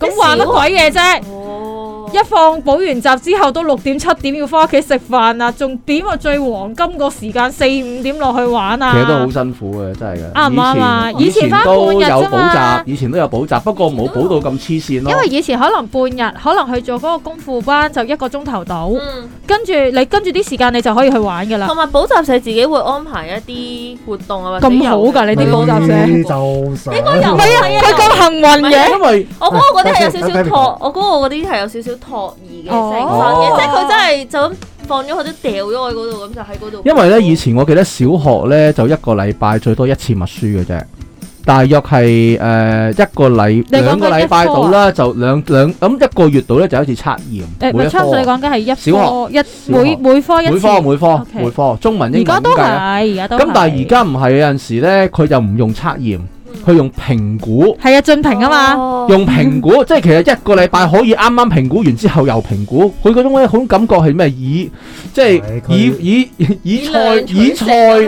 [SPEAKER 4] 即係
[SPEAKER 3] 咁玩乜鬼嘢啫？
[SPEAKER 4] 哦，
[SPEAKER 3] 一放補完習之後都六點七點要翻屋企食飯啦，仲點啊最黃金個時間四五點落去玩啊！
[SPEAKER 2] 其實都好辛苦嘅，真係嘅。
[SPEAKER 3] 啱唔啱啊
[SPEAKER 2] 以
[SPEAKER 3] 以前
[SPEAKER 2] 前
[SPEAKER 3] 返半
[SPEAKER 2] 都有
[SPEAKER 3] 日啫
[SPEAKER 2] 補習
[SPEAKER 3] 嘛，
[SPEAKER 2] 以前都有補習，不過冇補到咁黐線咯
[SPEAKER 3] 因。為以前可能半日，可能去做嗰個功課班就一個鐘頭到，
[SPEAKER 4] 嗯，
[SPEAKER 3] 跟住你跟住啲時間你就可以去玩噶啦。
[SPEAKER 4] 同埋補習社自己會安排一啲活動啊，或者
[SPEAKER 3] 咁好㗎
[SPEAKER 4] 遊
[SPEAKER 3] 你
[SPEAKER 4] 戲
[SPEAKER 3] 啲補習社
[SPEAKER 1] 呢就想
[SPEAKER 4] 應該有
[SPEAKER 3] 唔係啊，佢咁幸運
[SPEAKER 4] 唔係啊
[SPEAKER 3] 嘅，
[SPEAKER 2] 因為
[SPEAKER 4] 我嗰個嗰啲係有
[SPEAKER 1] 等
[SPEAKER 4] 少少
[SPEAKER 1] 先
[SPEAKER 4] 托，我嗰個嗰啲係有少少托兒嘅
[SPEAKER 3] 哦
[SPEAKER 4] 成分嘅，即係
[SPEAKER 3] 哦
[SPEAKER 4] 佢真係就咁放咗佢都掉咗我嗰度，咁就喺嗰度。
[SPEAKER 2] 因為咧，以前我記得小學咧就一個禮拜最多一次默書嘅啫，大約係誒、呃一個禮
[SPEAKER 3] 你講緊
[SPEAKER 2] 兩個禮拜
[SPEAKER 3] 啊
[SPEAKER 2] 到啦，就兩兩咁一個月到咧就有一次測驗，
[SPEAKER 3] 誒，
[SPEAKER 2] 每
[SPEAKER 3] 咪
[SPEAKER 2] 一
[SPEAKER 3] 昌你
[SPEAKER 2] 科
[SPEAKER 3] 講緊係一
[SPEAKER 2] 小
[SPEAKER 3] 科一每每科一
[SPEAKER 2] 每
[SPEAKER 3] 次，
[SPEAKER 2] 科每科
[SPEAKER 3] OK
[SPEAKER 2] 每科中文英
[SPEAKER 3] 而
[SPEAKER 2] 文
[SPEAKER 3] 家都
[SPEAKER 2] 咁計
[SPEAKER 3] 係，
[SPEAKER 2] 啊
[SPEAKER 3] 而家都係
[SPEAKER 2] 咁但係而家唔係有陣時咧，佢就唔用測驗，
[SPEAKER 4] 嗯
[SPEAKER 2] 佢用評估。
[SPEAKER 3] 係啊，進評啊嘛，
[SPEAKER 4] 嘛
[SPEAKER 2] 用評
[SPEAKER 3] *laughs*
[SPEAKER 2] 估，即係其實一個禮拜可以啱啱評估完之後又評估，佢嗰種咧，嗰種感覺係咩？以即
[SPEAKER 1] 係
[SPEAKER 2] 係
[SPEAKER 1] 佢
[SPEAKER 2] 以以以
[SPEAKER 4] 以
[SPEAKER 2] 賽
[SPEAKER 4] 量取
[SPEAKER 2] 以賽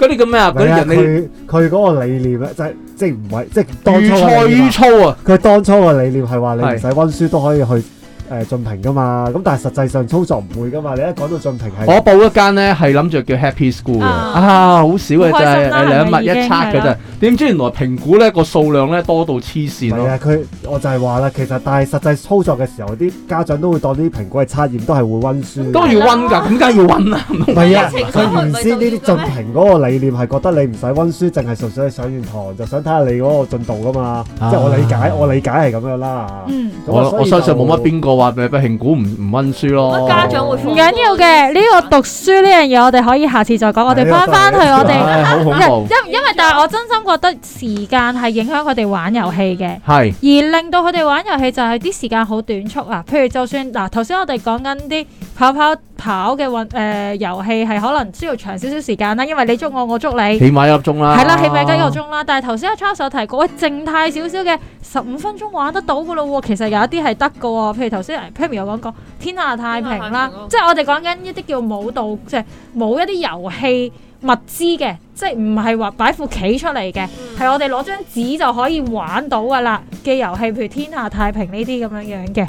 [SPEAKER 2] 嗰啲叫咩啊？
[SPEAKER 1] 唔
[SPEAKER 2] 嗰
[SPEAKER 1] 係啊
[SPEAKER 2] 啲人哋
[SPEAKER 1] 佢佢嗰個理念咧，就係即係唔係即係當初
[SPEAKER 2] 預賽
[SPEAKER 1] 嘅理念
[SPEAKER 2] 於
[SPEAKER 1] 啊
[SPEAKER 2] 粗啊！
[SPEAKER 1] 佢當初嘅理念係話你唔
[SPEAKER 2] 係
[SPEAKER 1] 使温書都可以去誒進評噶嘛，咁但係實際上操作唔會噶嘛，你一講到進評係
[SPEAKER 2] 我報一間咧係諗住叫 Happy School 嘅，
[SPEAKER 3] 啊
[SPEAKER 2] 啊好少嘅
[SPEAKER 3] 好
[SPEAKER 2] 就
[SPEAKER 3] 開
[SPEAKER 2] 係
[SPEAKER 3] 心啦
[SPEAKER 2] 係兩
[SPEAKER 3] 係咪
[SPEAKER 2] 物一
[SPEAKER 3] 已經
[SPEAKER 2] 測嘅
[SPEAKER 3] 係
[SPEAKER 2] 啫
[SPEAKER 3] 啦。
[SPEAKER 2] 點知原來評估咧個數量咧多到黐
[SPEAKER 1] 唔
[SPEAKER 2] 線
[SPEAKER 1] 係
[SPEAKER 2] 咯。
[SPEAKER 1] 啊？佢我就係話啦，其實但係實際操作嘅時候，啲家長都會當啲評估係測驗，都係會温書。
[SPEAKER 2] 都要温㗎，咁梗係要温啦。
[SPEAKER 1] 唔係啊！
[SPEAKER 4] 情緒
[SPEAKER 1] 佢原先呢啲進
[SPEAKER 4] 唔係
[SPEAKER 1] 評嗰個理念係覺得你唔使温書，淨係純粹係上完堂就想睇下你嗰個進度噶嘛。
[SPEAKER 2] 啊
[SPEAKER 1] 即係我理解，我理解係咁樣啦。
[SPEAKER 3] 嗯。
[SPEAKER 1] 咁啊
[SPEAKER 2] 我
[SPEAKER 1] 所以
[SPEAKER 2] 我相信
[SPEAKER 1] 就
[SPEAKER 2] 冇乜邊個話咪評估唔唔温書咯。
[SPEAKER 4] 乜家長會
[SPEAKER 3] 唔緊要嘅，呢個讀書呢樣嘢，我哋可以下次再講。我哋翻翻去我哋，
[SPEAKER 2] 唉好恐怖。
[SPEAKER 3] 因因為但係我真心覺得時間係影響佢哋玩遊戲嘅，
[SPEAKER 2] 係。
[SPEAKER 3] 而令到佢哋玩遊戲就係啲時間好短促啊。譬如就算嗱，頭先我哋講緊啲跑跑跑嘅運誒遊戲係可能需要長少少時間啦，因為你捉我，我捉你。
[SPEAKER 2] 起碼一粒鐘
[SPEAKER 1] 啊
[SPEAKER 2] 啦。
[SPEAKER 3] 係啦，起碼幾個鐘啦。但係頭先阿 Charles 有提過，喂，靜態少少嘅十五分鐘玩得到噶咯喎。其實有一啲係得噶喎，譬如頭先哎 Pammy 有講過天下太平
[SPEAKER 4] 天下
[SPEAKER 3] 啦
[SPEAKER 4] 太平咯，
[SPEAKER 3] 即係我哋講緊一啲叫舞蹈，即係冇一啲遊戲物資嘅，即係唔係話擺副棋出嚟
[SPEAKER 4] 嗯
[SPEAKER 3] 嘅，係我哋攞張紙就可以玩到噶啦嘅遊戲，譬如天下太平呢啲咁樣樣嘅。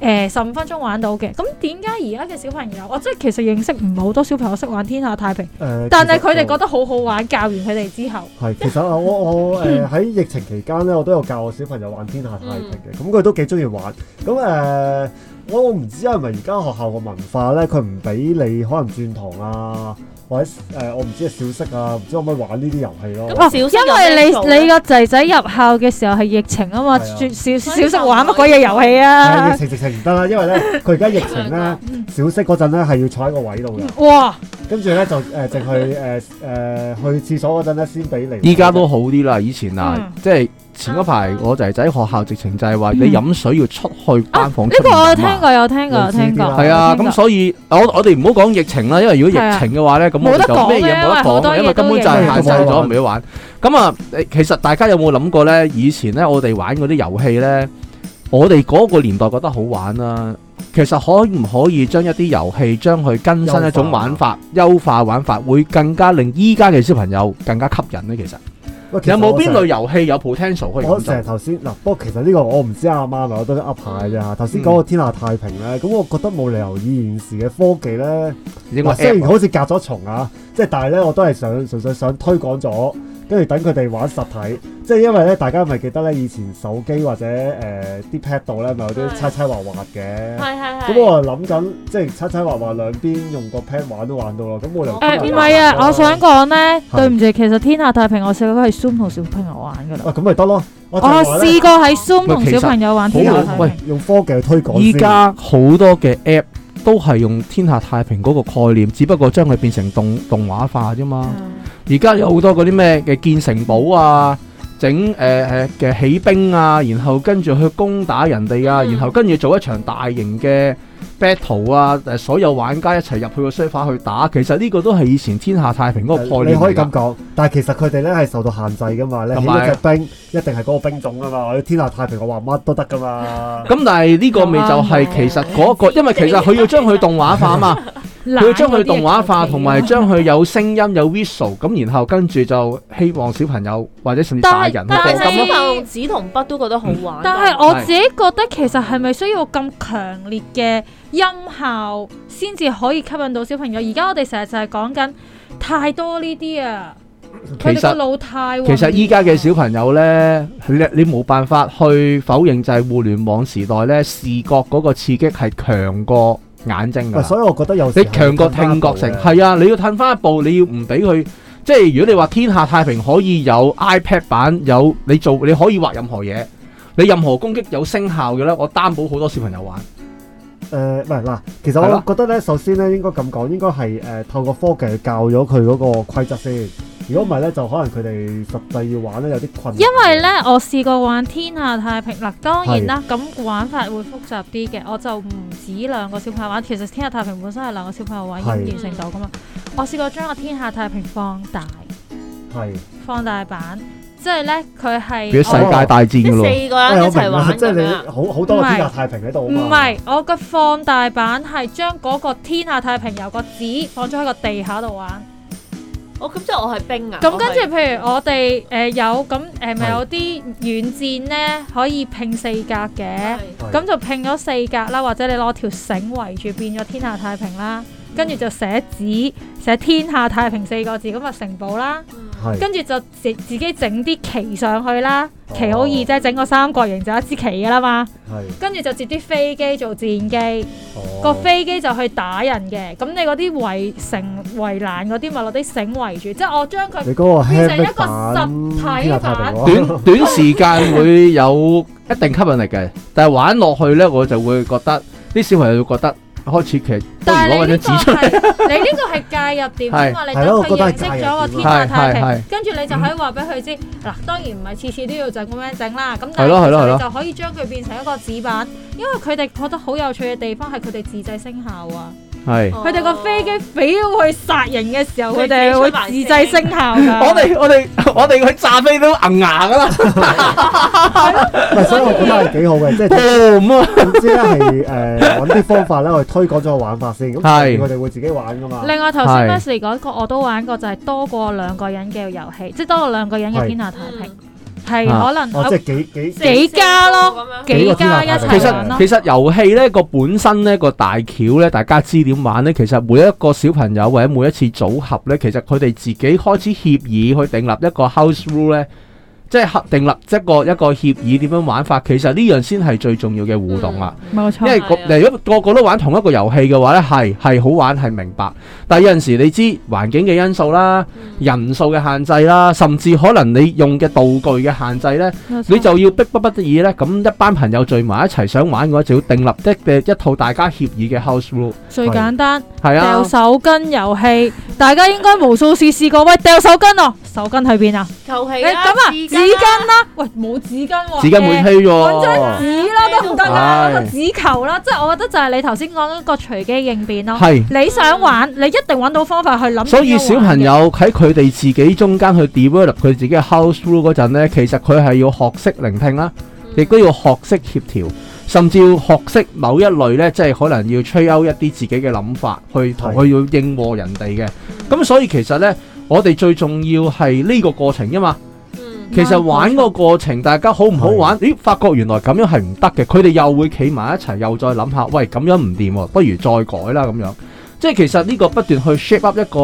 [SPEAKER 3] 誒十五分鐘玩到嘅，咁點解而家嘅小朋友，我即係其實認識唔係好多小朋友識玩天下太平，
[SPEAKER 1] 誒
[SPEAKER 3] 但係
[SPEAKER 1] 呃其實
[SPEAKER 3] 佢哋
[SPEAKER 1] 就
[SPEAKER 3] 覺得好好玩，教完佢哋之後。
[SPEAKER 1] 係，其實我我誒
[SPEAKER 3] 嗯
[SPEAKER 1] 喺疫情期間咧，我都有教我小朋友玩天下太平嘅，
[SPEAKER 3] 嗯
[SPEAKER 1] 咁佢都幾中意玩。咁誒、呃我我唔知係咪而家學校個文化咧，佢唔俾你可能轉堂啊，或者誒、呃我唔知係小息啊，唔知可唔可以玩呢啲遊戲咯。
[SPEAKER 3] 哦
[SPEAKER 4] 小息有
[SPEAKER 3] 因為
[SPEAKER 4] 咩做咧
[SPEAKER 3] 你你個仔仔入校嘅時候係疫情啊嘛，
[SPEAKER 1] 係啊
[SPEAKER 3] 絕少少識玩乜鬼嘢遊戲
[SPEAKER 1] 係疫
[SPEAKER 3] 啊！
[SPEAKER 1] 情直情唔得啦，因為咧
[SPEAKER 3] *laughs*
[SPEAKER 1] 佢而家疫情咧
[SPEAKER 3] 嗯，
[SPEAKER 1] 小息嗰陣咧係要坐喺個位度嘅，
[SPEAKER 3] 哇，
[SPEAKER 1] 跟住咧就誒淨係誒誒去廁所嗰陣咧先俾你。
[SPEAKER 2] 依家都好啲啦，以前啊
[SPEAKER 3] 嗯，
[SPEAKER 2] 即係前嗰排我仔仔學校直情就係話你飲水要出去班房
[SPEAKER 3] 呢
[SPEAKER 2] 出面
[SPEAKER 3] 個我
[SPEAKER 2] 飲
[SPEAKER 3] 有聽
[SPEAKER 2] 啊。
[SPEAKER 3] 過，有聽過，有
[SPEAKER 1] 類似啲啦
[SPEAKER 3] 聽過。
[SPEAKER 2] 係啊，
[SPEAKER 3] 有聽
[SPEAKER 2] 咁
[SPEAKER 3] 過
[SPEAKER 2] 所以我我哋唔好講疫情啦，因為如果疫情嘅話咧，咁
[SPEAKER 3] 冇
[SPEAKER 2] 我哋
[SPEAKER 3] 得
[SPEAKER 2] 就
[SPEAKER 3] 講
[SPEAKER 2] 咩嘢冇得
[SPEAKER 3] 咧因為好多
[SPEAKER 2] 講，因為
[SPEAKER 3] 嘢
[SPEAKER 2] 根
[SPEAKER 3] 都
[SPEAKER 2] 本就
[SPEAKER 3] 要
[SPEAKER 2] 係限制
[SPEAKER 1] 冇得
[SPEAKER 2] 咗
[SPEAKER 1] 玩
[SPEAKER 2] 唔俾玩。咁啊，誒其實大家有冇諗過咧？以前咧，我哋玩嗰啲遊戲咧，我哋嗰個年代覺得好玩啦。其實可唔可以將一啲遊戲將佢更新一種玩法、優化玩法，會更加令依家嘅小朋友更加吸引咧？其實。
[SPEAKER 1] 喂其實
[SPEAKER 2] 有冇
[SPEAKER 1] 我
[SPEAKER 2] 邊
[SPEAKER 1] 成日
[SPEAKER 2] 類遊戲有 potential 可以
[SPEAKER 1] 我
[SPEAKER 2] 咁
[SPEAKER 1] 成日
[SPEAKER 2] 做？
[SPEAKER 1] 頭先嗱，不過其實呢個我唔知啱唔啱啊，我都噏下嘅啫
[SPEAKER 2] 嗯
[SPEAKER 1] 嚇。頭先講個天下太平咧，咁我覺得冇理由以現時嘅科技咧，
[SPEAKER 2] 應該
[SPEAKER 1] 嗱雖
[SPEAKER 2] app 啊
[SPEAKER 1] 然好似隔咗重啊，即係但係咧我都係想純粹想推廣咗，跟住等佢哋玩實體，即係因為咧大家咪記得咧以前手機或者誒啲 pad 度咧咪有啲
[SPEAKER 4] 係
[SPEAKER 1] 猜猜畫畫嘅。
[SPEAKER 4] 係係係。
[SPEAKER 1] 咁我就諗緊，即係猜猜畫畫兩邊用個 pad 玩都玩到咯，咁冇理由
[SPEAKER 4] 誒
[SPEAKER 1] 天下太平
[SPEAKER 3] 誒唔係啊，
[SPEAKER 1] 咯
[SPEAKER 3] 我想講咧，
[SPEAKER 1] 係
[SPEAKER 3] 對唔住，其實天下太平我細個係 Zoom 同小朋友玩噶
[SPEAKER 1] 啊
[SPEAKER 2] 哦
[SPEAKER 3] 啦，
[SPEAKER 1] 咁咪得咯，我
[SPEAKER 3] 我
[SPEAKER 1] 就係話咧
[SPEAKER 3] 試過喺 Zoom 同
[SPEAKER 2] 喂其實
[SPEAKER 3] 小朋友玩
[SPEAKER 1] 好
[SPEAKER 3] 天哦下
[SPEAKER 1] 用
[SPEAKER 3] 太
[SPEAKER 2] 喂
[SPEAKER 3] 平。
[SPEAKER 1] 用科技去推廣先。
[SPEAKER 2] 依家好多嘅 app 都係用天下太平嗰個概念，只不過將佢變成動動畫化啫嘛。
[SPEAKER 3] 嗯
[SPEAKER 2] 而家有好多嗰啲咩嘅建城堡啊，整誒誒嘅起兵啊，然後跟住去攻打人哋啊，
[SPEAKER 4] 嗯
[SPEAKER 2] 然後跟住做一場大型嘅 battle 啊，誒所有玩家一齊入去個 server 去打。其實呢個都係以前天下太平嗰個概念嚟㗎。
[SPEAKER 1] 你可以咁講，但係其實佢哋咧係受到限制噶嘛，你起
[SPEAKER 2] 同
[SPEAKER 1] 嗰
[SPEAKER 2] 埋
[SPEAKER 1] 隻兵一定係嗰個兵種啊嘛，我要天下太平，我話乜都得噶嘛。
[SPEAKER 2] 啊咁但係呢個咪就係其實嗰個，因為其實佢要將佢動畫化嘛。
[SPEAKER 3] 佢
[SPEAKER 2] 佢將佢動畫
[SPEAKER 3] 啊
[SPEAKER 2] 化，同埋將佢有聲音有 visual，咁然後跟住就希望小朋友或者甚至大人去
[SPEAKER 3] 但
[SPEAKER 4] 但
[SPEAKER 2] 課金
[SPEAKER 4] 係
[SPEAKER 2] 咯。
[SPEAKER 4] 小朋友用紙同筆都覺得好玩㗎。
[SPEAKER 3] 但係我自己覺得其實係咪需要咁強烈嘅音效先至可以吸引到小朋友？而家我哋成日就係講緊太多呢啲啊，
[SPEAKER 2] 其
[SPEAKER 3] 佢哋個
[SPEAKER 2] 實
[SPEAKER 3] 腦太混亂
[SPEAKER 2] 其實依家嘅小朋友呢，你你冇辦法去否認就係互聯網時代呢，視覺嗰個刺激係強過眼睛
[SPEAKER 1] 喂，
[SPEAKER 2] 㗎。
[SPEAKER 1] 所以我覺得有時
[SPEAKER 2] 你強過聽覺性，係啊！你要褪翻一步，你要唔俾佢。即係如果你話天下太平可以有 iPad 版，有你做你可以畫任何嘢，你任何攻擊有聲效嘅呢，我擔保好多小朋友玩。
[SPEAKER 1] 誒，唔係嗱，其實
[SPEAKER 2] 係
[SPEAKER 1] 我
[SPEAKER 2] 啦
[SPEAKER 1] 覺得咧，首先咧應該咁講，應該係誒透過科技去教咗佢嗰個規則先。如果唔係咧，就可能佢哋實際要玩咧有啲困難。
[SPEAKER 3] 因為咧，我試過玩天下太平嗱，當然啦，咁玩法會複雜啲嘅，我就唔止兩個小朋友玩。其實天下太平本身係兩個小朋友玩已
[SPEAKER 1] 係
[SPEAKER 3] 經完成到噶嘛。我試過將個天下太平放大，
[SPEAKER 1] 係，
[SPEAKER 3] 放大版，即係咧佢
[SPEAKER 2] 變
[SPEAKER 3] 係
[SPEAKER 2] 咗世界大戰
[SPEAKER 4] 即
[SPEAKER 2] 㗎咯。
[SPEAKER 4] 係四個
[SPEAKER 1] 喂
[SPEAKER 4] 人
[SPEAKER 1] 我
[SPEAKER 4] 一齊
[SPEAKER 1] 明啦
[SPEAKER 4] 玩
[SPEAKER 1] 即係
[SPEAKER 4] 咁
[SPEAKER 1] 你
[SPEAKER 4] 樣。啊
[SPEAKER 1] 好好多個天下太平喺度啊
[SPEAKER 3] 唔
[SPEAKER 1] 嘛。
[SPEAKER 3] 係，我嘅放大版係將嗰個天下太平由個紙放咗喺個地下度玩。
[SPEAKER 4] 我咁即係我係冰啊。
[SPEAKER 3] 咁
[SPEAKER 4] 我
[SPEAKER 3] 跟
[SPEAKER 4] 係
[SPEAKER 3] 住，譬如我哋誒、呃有咁誒，咪、
[SPEAKER 1] 哦係
[SPEAKER 3] 有啲軟戰咧可以拼四格嘅，
[SPEAKER 4] 係
[SPEAKER 1] 係
[SPEAKER 3] 咁就拼咗四格啦，或者你攞條繩圍住變咗天下太平啦，跟住就寫紙寫天下太平四個字，咁啊城堡啦，
[SPEAKER 4] 嗯
[SPEAKER 1] 係
[SPEAKER 3] 跟住就自自己整啲旗上去啦，
[SPEAKER 1] 哦
[SPEAKER 3] 旗好易啫，整個三角形就一支旗噶啦嘛，
[SPEAKER 1] 係
[SPEAKER 3] 跟住就接啲飛機做戰機。
[SPEAKER 1] 哦
[SPEAKER 3] 個飛機就去打人嘅，咁你嗰啲圍城圍欄嗰啲咪攞啲繩圍住，即係我將佢
[SPEAKER 1] 你嗰個
[SPEAKER 3] 變成一
[SPEAKER 1] heavy
[SPEAKER 3] 個實體
[SPEAKER 1] 版天下太平
[SPEAKER 3] 哦
[SPEAKER 2] 短
[SPEAKER 1] 喎。
[SPEAKER 2] 短時間會有一定吸引力嘅，但係玩落去呢，我就會覺得啲小朋友會覺得開始其實不
[SPEAKER 3] 但
[SPEAKER 2] 如
[SPEAKER 3] 係
[SPEAKER 2] 攞
[SPEAKER 3] 你
[SPEAKER 2] 揾
[SPEAKER 3] 呢
[SPEAKER 2] 張
[SPEAKER 3] 個
[SPEAKER 2] 紙出嚟。
[SPEAKER 3] 係你呢個係介入點啊嘛？你等
[SPEAKER 1] 係咯我覺得
[SPEAKER 3] 佢
[SPEAKER 1] 係
[SPEAKER 3] 認識咗個天下太平，跟住你就可以話俾佢知嗱，當然唔係次次都要就咁樣整啦。咁但
[SPEAKER 2] 係咯係咯係
[SPEAKER 3] 係
[SPEAKER 2] 咯
[SPEAKER 3] 你就可以將佢變成一個紙板，因為佢哋覺得好有趣嘅地方係佢哋自製聲效啊。
[SPEAKER 2] 係。
[SPEAKER 4] 哦
[SPEAKER 3] 佢哋個飛機飛去殺人嘅時候，佢
[SPEAKER 4] 佢
[SPEAKER 3] 哋會
[SPEAKER 4] 自
[SPEAKER 3] 自
[SPEAKER 4] 己出埋
[SPEAKER 3] 製
[SPEAKER 4] 聲
[SPEAKER 3] 聲效㗎。 *laughs*
[SPEAKER 2] 我哋我哋我哋去炸飛都硬牙噶啦，
[SPEAKER 1] 唔係，所以我覺得係幾好嘅，即係
[SPEAKER 3] *laughs*
[SPEAKER 2] 咁啊！
[SPEAKER 1] 總之咧係誒揾啲方法咧去推廣咗個玩法先。咁
[SPEAKER 2] 係
[SPEAKER 1] 佢哋會自己玩噶嘛。
[SPEAKER 3] 另外頭
[SPEAKER 2] 係
[SPEAKER 3] 先 Messi 嗰個我都玩過，就係多過兩個人嘅遊戲，即係多過兩個人嘅
[SPEAKER 1] 係
[SPEAKER 3] 天下太平，係
[SPEAKER 2] 啊
[SPEAKER 3] 可能
[SPEAKER 1] 哦，即係
[SPEAKER 3] 有
[SPEAKER 1] 幾幾
[SPEAKER 3] 幾家咯
[SPEAKER 4] 咁樣
[SPEAKER 1] 幾個
[SPEAKER 3] 幾
[SPEAKER 1] 天下
[SPEAKER 3] 家
[SPEAKER 1] 太平
[SPEAKER 3] 一
[SPEAKER 4] 啊
[SPEAKER 2] 其
[SPEAKER 3] 齊玩
[SPEAKER 2] 實
[SPEAKER 3] 咯。
[SPEAKER 2] 其實遊戲咧個本身咧個大橋咧，大家知點玩咧？其實每一個小朋友或者每一次組合咧，其實佢哋自己開始協議去訂立一個 house rule 咧，即係合訂立一個一個協議點樣玩法。其實呢樣先係最重要嘅互動啊！
[SPEAKER 3] 冇
[SPEAKER 2] 因
[SPEAKER 3] 錯，
[SPEAKER 2] 為個
[SPEAKER 4] 係啊
[SPEAKER 2] 嗱如果個個都玩同一個遊戲嘅話咧，係係好玩係明白，但係有陣時你知環境嘅因素啦、
[SPEAKER 4] 嗯
[SPEAKER 2] 人數嘅限制啦，甚至可能你用嘅道具嘅限制咧。
[SPEAKER 3] 冇錯
[SPEAKER 2] 你就要逼不得已咧，咁一班朋友聚埋一齊想玩嘅話，就要訂立一嘅一套大家協議嘅 house rule。
[SPEAKER 3] 最簡單
[SPEAKER 2] 係
[SPEAKER 3] 掉
[SPEAKER 2] 啊，
[SPEAKER 3] 手巾遊戲，大家應該無數次試過。喂，掉手巾哦，手巾去邊啊？
[SPEAKER 4] 求
[SPEAKER 3] 你
[SPEAKER 4] 其
[SPEAKER 3] 咁
[SPEAKER 4] 啦
[SPEAKER 3] 啊，紙
[SPEAKER 4] 紙巾啦
[SPEAKER 3] 巾啦，喂，冇紙巾喎，
[SPEAKER 2] 紙巾會
[SPEAKER 3] 誒
[SPEAKER 2] 稀
[SPEAKER 3] 揾
[SPEAKER 2] 喎
[SPEAKER 3] 張，紙啦都唔得啊，
[SPEAKER 2] 係
[SPEAKER 3] 揾個紙球啦，即係我覺得就係你頭先講嗰個隨機應變咯。
[SPEAKER 2] 係。
[SPEAKER 3] 你想玩，你一定揾到方法去諗。
[SPEAKER 2] 所以小朋友喺佢哋自己中間去 develop 佢自己嘅 house rule 嗰陣咧，其實佢係要學識聆聽啦，亦都要學識協調，甚至要學識某一類咧，即係可能要吹歐一啲自己嘅諗法，去同
[SPEAKER 1] 係
[SPEAKER 2] 佢要應和人哋嘅。咁所以其實咧，我哋最重要係呢個過程啊嘛。
[SPEAKER 4] 嗯
[SPEAKER 2] 其實玩個過程，大家好唔好玩？咦，發覺原來咁樣係唔得嘅，佢哋又會企埋一齊，又再諗下，喂，咁樣唔掂喎，不如再改啦咁樣。即係其實呢個不斷去 shape up 一個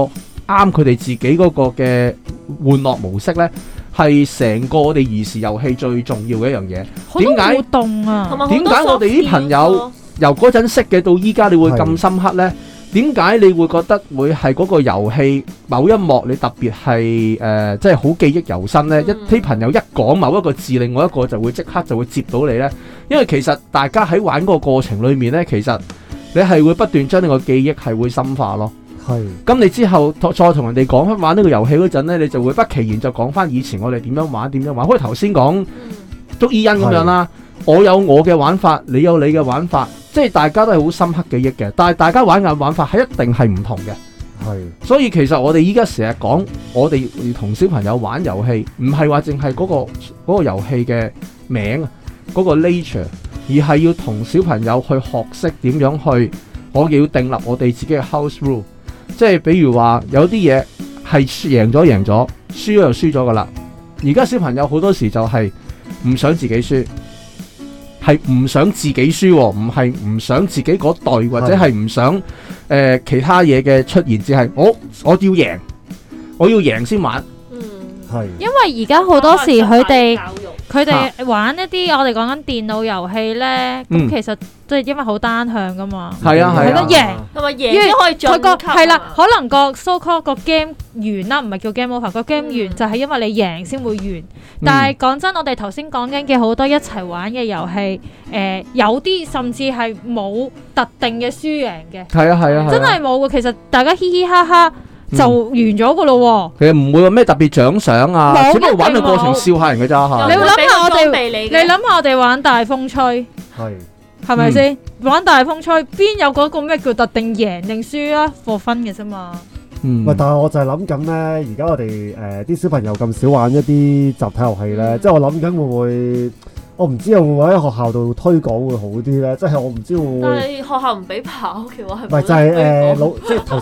[SPEAKER 2] 啱佢哋自己嗰個嘅玩樂模式呢，係成個我哋兒時遊戲最重要嘅一樣嘢。
[SPEAKER 3] 好多
[SPEAKER 2] 點解
[SPEAKER 3] 互動啊
[SPEAKER 4] 同。埋好多
[SPEAKER 2] 點解我哋啲
[SPEAKER 4] soft
[SPEAKER 2] 朋友由嗰陣識嘅到依家，你會咁
[SPEAKER 1] 係
[SPEAKER 2] 深刻呢？點解你會覺得會係嗰個遊戲某一幕你特別係誒、呃即係好記憶猶新呢？
[SPEAKER 4] 嗯
[SPEAKER 2] 一啲朋友一講某一個字，另外一個就會即刻就會接到你呢。因為其實大家喺玩嗰個過程裏面呢，其實你係會不斷將你個記憶係會深化咯。
[SPEAKER 1] 係
[SPEAKER 2] 咁你之後再同人哋講翻玩呢個遊戲嗰陣呢，你就會不其然就講翻以前我哋點樣玩點樣玩。好似頭先講。
[SPEAKER 4] 嗯
[SPEAKER 2] 捉伊 E 恩咁樣啦。我有我嘅玩法，你有你嘅玩法，即係大家都係好深刻記憶嘅。但係大家玩嘅玩法係一定係唔同嘅。
[SPEAKER 1] 係
[SPEAKER 2] 所以其實我哋依家成日講，我哋要同小朋友玩遊戲，唔係話淨係嗰個嗰、個遊戲嘅名啊，嗰、個 nature，而係要同小朋友去學識點樣去我哋要訂立我哋自己嘅 house rule，即係比如話有啲嘢係贏咗贏咗，輸咗就輸咗噶啦。而家小朋友好多時就係唔想自己輸，係唔想自己輸喎，唔係唔想自己嗰隊或者係唔想誒、呃其他嘢嘅出現，只係我我要贏，我要贏先玩。
[SPEAKER 4] 嗯，
[SPEAKER 1] 係
[SPEAKER 3] 因為而家好多時佢哋
[SPEAKER 4] 教育
[SPEAKER 3] 佢哋玩一啲我哋講緊電腦遊戲咧，
[SPEAKER 2] 啊嗯
[SPEAKER 3] 咁其實即係因為好單向噶嘛。
[SPEAKER 2] 係啊係
[SPEAKER 3] 係
[SPEAKER 2] 啊
[SPEAKER 3] 咯。贏
[SPEAKER 4] 同埋贏
[SPEAKER 3] 因為
[SPEAKER 4] 先可以進級
[SPEAKER 3] 佢個係啦，
[SPEAKER 4] 啊嘛
[SPEAKER 3] 可能個 so call 個 game 完啦，唔係叫 game over，個 game 完
[SPEAKER 4] 嗯
[SPEAKER 3] 就係因為你贏先會
[SPEAKER 2] 嗯
[SPEAKER 3] 完。但係講真，我哋頭先講緊嘅好多一齊玩嘅遊戲，誒有啲甚至係冇特定嘅輸贏嘅，
[SPEAKER 2] 係啊係啊，係啊
[SPEAKER 3] 真係冇嘅。其實大家嘻嘻哈哈就
[SPEAKER 2] 嗯
[SPEAKER 3] 完咗噶咯
[SPEAKER 4] 嗯
[SPEAKER 2] 其實唔會有咩特別獎賞啊，
[SPEAKER 3] 冇
[SPEAKER 2] 只不過玩嘅過程
[SPEAKER 3] 一
[SPEAKER 2] 笑下人嘅咋
[SPEAKER 4] 又
[SPEAKER 2] 嚇。
[SPEAKER 4] 唔
[SPEAKER 3] 你
[SPEAKER 4] 會
[SPEAKER 3] 會諗
[SPEAKER 4] 俾
[SPEAKER 3] 下
[SPEAKER 4] 個
[SPEAKER 3] 我哋
[SPEAKER 4] 裝備
[SPEAKER 3] 喎。
[SPEAKER 4] 你
[SPEAKER 3] 你
[SPEAKER 4] 嘅
[SPEAKER 3] 諗下我哋玩大風吹
[SPEAKER 1] 係
[SPEAKER 3] 係咪先？玩大風吹邊有嗰個咩叫特定贏定輸啊？過分嘅啫嘛。
[SPEAKER 2] 嗯
[SPEAKER 1] 喂，但係我就係諗緊咧，而家我哋誒啲小朋友咁少玩一啲集體遊戲咧，
[SPEAKER 4] 嗯
[SPEAKER 1] 即係我諗緊會唔會，我唔知啊會唔會喺學校度推廣會好啲咧？即係我唔知會唔
[SPEAKER 4] 但
[SPEAKER 1] 會，
[SPEAKER 4] 係學校唔俾跑嘅話，係
[SPEAKER 1] 唔係就係
[SPEAKER 4] 冇得
[SPEAKER 1] 誒
[SPEAKER 4] 推廣
[SPEAKER 1] 老 *laughs* 即係頭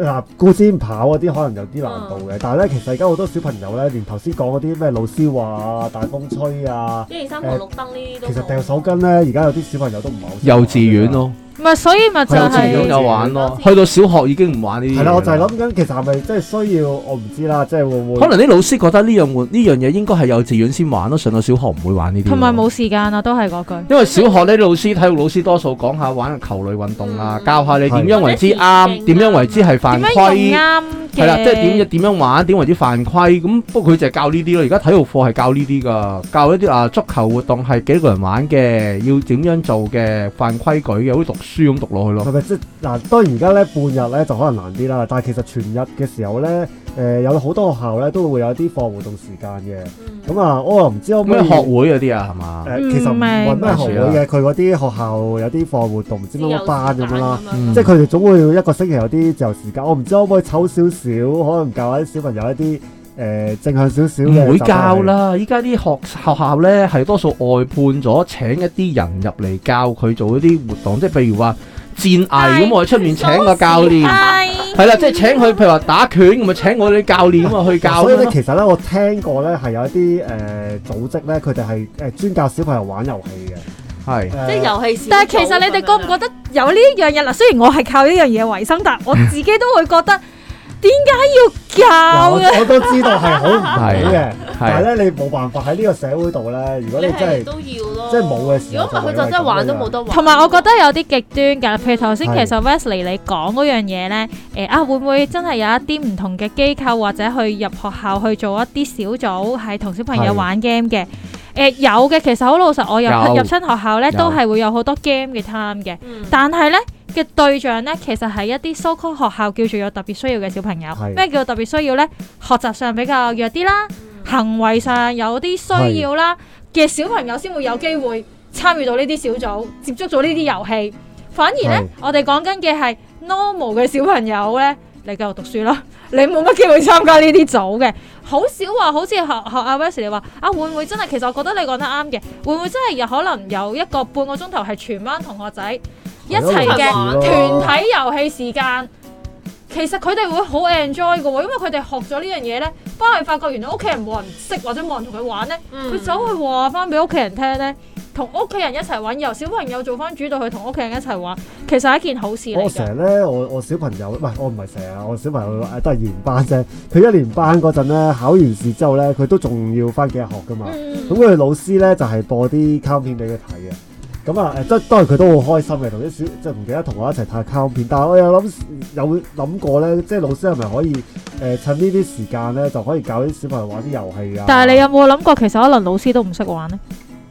[SPEAKER 1] 嗱高先跑嗰啲可能有啲難度
[SPEAKER 4] 嗯
[SPEAKER 1] 嘅，但係咧其實而家好多小朋友咧，連頭先講嗰啲咩老師話啊、大風吹啊，
[SPEAKER 4] 一二三紅綠燈呢啲都
[SPEAKER 1] 其實
[SPEAKER 4] 冇
[SPEAKER 1] 掉手巾咧，而家有啲小朋友都唔係好識
[SPEAKER 2] 幼稚園咯，
[SPEAKER 3] 咪所以咪就
[SPEAKER 2] 幼
[SPEAKER 1] 係
[SPEAKER 2] 稚園
[SPEAKER 3] 係、
[SPEAKER 2] 有玩咯，去到小學已經唔玩呢啲嘢。
[SPEAKER 1] 係啦，我就係諗緊，其實係咪即係需要？我唔知啦，即係會唔會？
[SPEAKER 2] 可能啲老師覺得呢樣玩呢樣嘢應該係幼稚園先玩咯，上到小學唔會玩呢啲咯。
[SPEAKER 3] 同埋冇時間啊，都係嗰句。
[SPEAKER 2] 因為小學呢啲老師體育老師多數講下玩球類運動啊，
[SPEAKER 4] 嗯
[SPEAKER 2] 教下你點樣為之
[SPEAKER 4] 或
[SPEAKER 2] 啱，
[SPEAKER 4] 者田徑啊
[SPEAKER 2] 點樣為之係犯
[SPEAKER 3] 點樣
[SPEAKER 2] 規
[SPEAKER 3] 用。啱嘅？
[SPEAKER 2] 係啦，即係點點樣玩，點為之犯規咁。不過佢就係教呢啲咯。而家體育課係教呢啲噶，教一啲啊足球活動係幾個人玩嘅，要點樣做嘅，犯規矩嘅，好似讀書咁讀落去咯。
[SPEAKER 1] 係咪即係嗱？當然而家咧半日咧就可能難啲啦，但係其實全日嘅時候咧，誒、有好多學校咧都會有啲課外活動時間嘅。
[SPEAKER 4] 嗯
[SPEAKER 1] 咁啊，我又唔知可唔可
[SPEAKER 2] 咩
[SPEAKER 1] 以
[SPEAKER 2] 學會嗰啲啊，係嘛
[SPEAKER 1] 誒、？其實唔係咩學會嘅，佢嗰啲學校有啲課外活動，唔知
[SPEAKER 4] 自
[SPEAKER 1] 乜
[SPEAKER 4] 由
[SPEAKER 1] 乜班咁樣啦。
[SPEAKER 4] 時間咁
[SPEAKER 2] 嗯
[SPEAKER 1] 即係佢哋總會一個星期有啲自由時間，我唔知可唔可以抽少少，可能教下啲小朋友一啲誒、正向少少嘅。
[SPEAKER 2] 唔會教。啦，依家啲學學校咧係多數外判咗請一啲人入嚟教佢做一啲活動，即係譬如話戰藝咁，我喺出面請個教練，
[SPEAKER 3] 係
[SPEAKER 2] 係啦，即係請佢譬如話打拳咁，咪請我哋啲教練咁啊去教
[SPEAKER 1] 所以
[SPEAKER 2] 咯
[SPEAKER 1] 咧，。其實咧，我聽過咧係有一啲誒、組織咧，佢哋係誒專教小朋友玩遊戲嘅。誒
[SPEAKER 2] 係
[SPEAKER 4] 即係遊戲時，
[SPEAKER 3] 但係其實你哋覺唔覺得有呢一樣嘢嗱？雖然我係靠呢樣嘢為生，但我自己都會覺得點解
[SPEAKER 1] 嗱
[SPEAKER 3] 要
[SPEAKER 1] 我
[SPEAKER 3] 教嘅？
[SPEAKER 1] 我都知道啊係好唔好嘅，但
[SPEAKER 2] 係
[SPEAKER 1] 係咧你冇辦法喺呢個社會度咧，如果
[SPEAKER 4] 你
[SPEAKER 1] 你真
[SPEAKER 4] 係
[SPEAKER 1] 係
[SPEAKER 4] 都要咯，
[SPEAKER 1] 即係冇嘅時
[SPEAKER 4] 如
[SPEAKER 1] 候
[SPEAKER 4] 果唔係佢就真係玩都冇得玩。
[SPEAKER 3] 同埋我覺得有啲極端㗎，譬如頭先
[SPEAKER 1] 係
[SPEAKER 3] 其實 Wesley 你講嗰樣嘢呢，誒啊會唔會真係有一啲唔同嘅機構或者去入學校去做一啲小組係同小朋友
[SPEAKER 1] 係
[SPEAKER 3] 玩 game 嘅？誒有嘅，其實好老實，我入
[SPEAKER 2] 有
[SPEAKER 3] 入親學校呢，
[SPEAKER 2] 有
[SPEAKER 3] 都係會有好多 game 嘅 time 嘅。
[SPEAKER 4] 嗯，
[SPEAKER 3] 但係咧嘅對象咧，其實係一啲 so called 學校叫做有特別需要嘅小朋友。
[SPEAKER 1] 係
[SPEAKER 3] 咩叫特別需要咧？學習上比較弱啲啦，行為上有啲需要啦嘅小朋友先會有機會參與到呢啲小組，接觸到呢啲遊戲。反而咧
[SPEAKER 1] 係，
[SPEAKER 3] 我哋講緊嘅係 normal 嘅小朋友咧，你繼續讀書啦， *laughs* 你冇乜機會參加呢啲組嘅。好少話，好似學學阿 Wes 你話啊，會唔會真係？其實我覺得你講得啱嘅，會唔會真係有可能有一個半個鐘頭係全班同學仔一齊嘅
[SPEAKER 4] 係
[SPEAKER 1] 咯
[SPEAKER 3] 團體遊戲時間？其實佢哋會好 enjoy 嘅喎，因為佢哋學咗呢樣嘢咧，翻去發覺原來屋企人冇人識或者冇人同佢玩咧，
[SPEAKER 4] 嗯
[SPEAKER 3] 佢走去話翻俾屋企人聽咧，同屋企人一齊玩，由小朋友做翻主導去同屋企人一齊玩，其實係一件好事嚟
[SPEAKER 1] 我成
[SPEAKER 2] 啊
[SPEAKER 3] 嘅。
[SPEAKER 1] 日咧，我我小朋友，唔係我唔係成日，我小朋友誒都係二年班啫。佢一年班嗰陣咧，考完試之後咧，佢都仲要翻幾日學噶嘛。
[SPEAKER 3] 嗯
[SPEAKER 2] 啊
[SPEAKER 1] 咁佢哋老師咧就係、播啲卡通片俾佢睇嘅。咁啊誒，即當然佢都好開心嘅，同啲小即係唔記得同我一齊睇卡通片。但係我有諗有諗過咧，即係老師係咪可以誒、趁呢啲時間咧，就可以教啲小朋友玩啲遊戲啊？
[SPEAKER 3] 但係你有冇諗過，其實可能老師都唔識玩呢？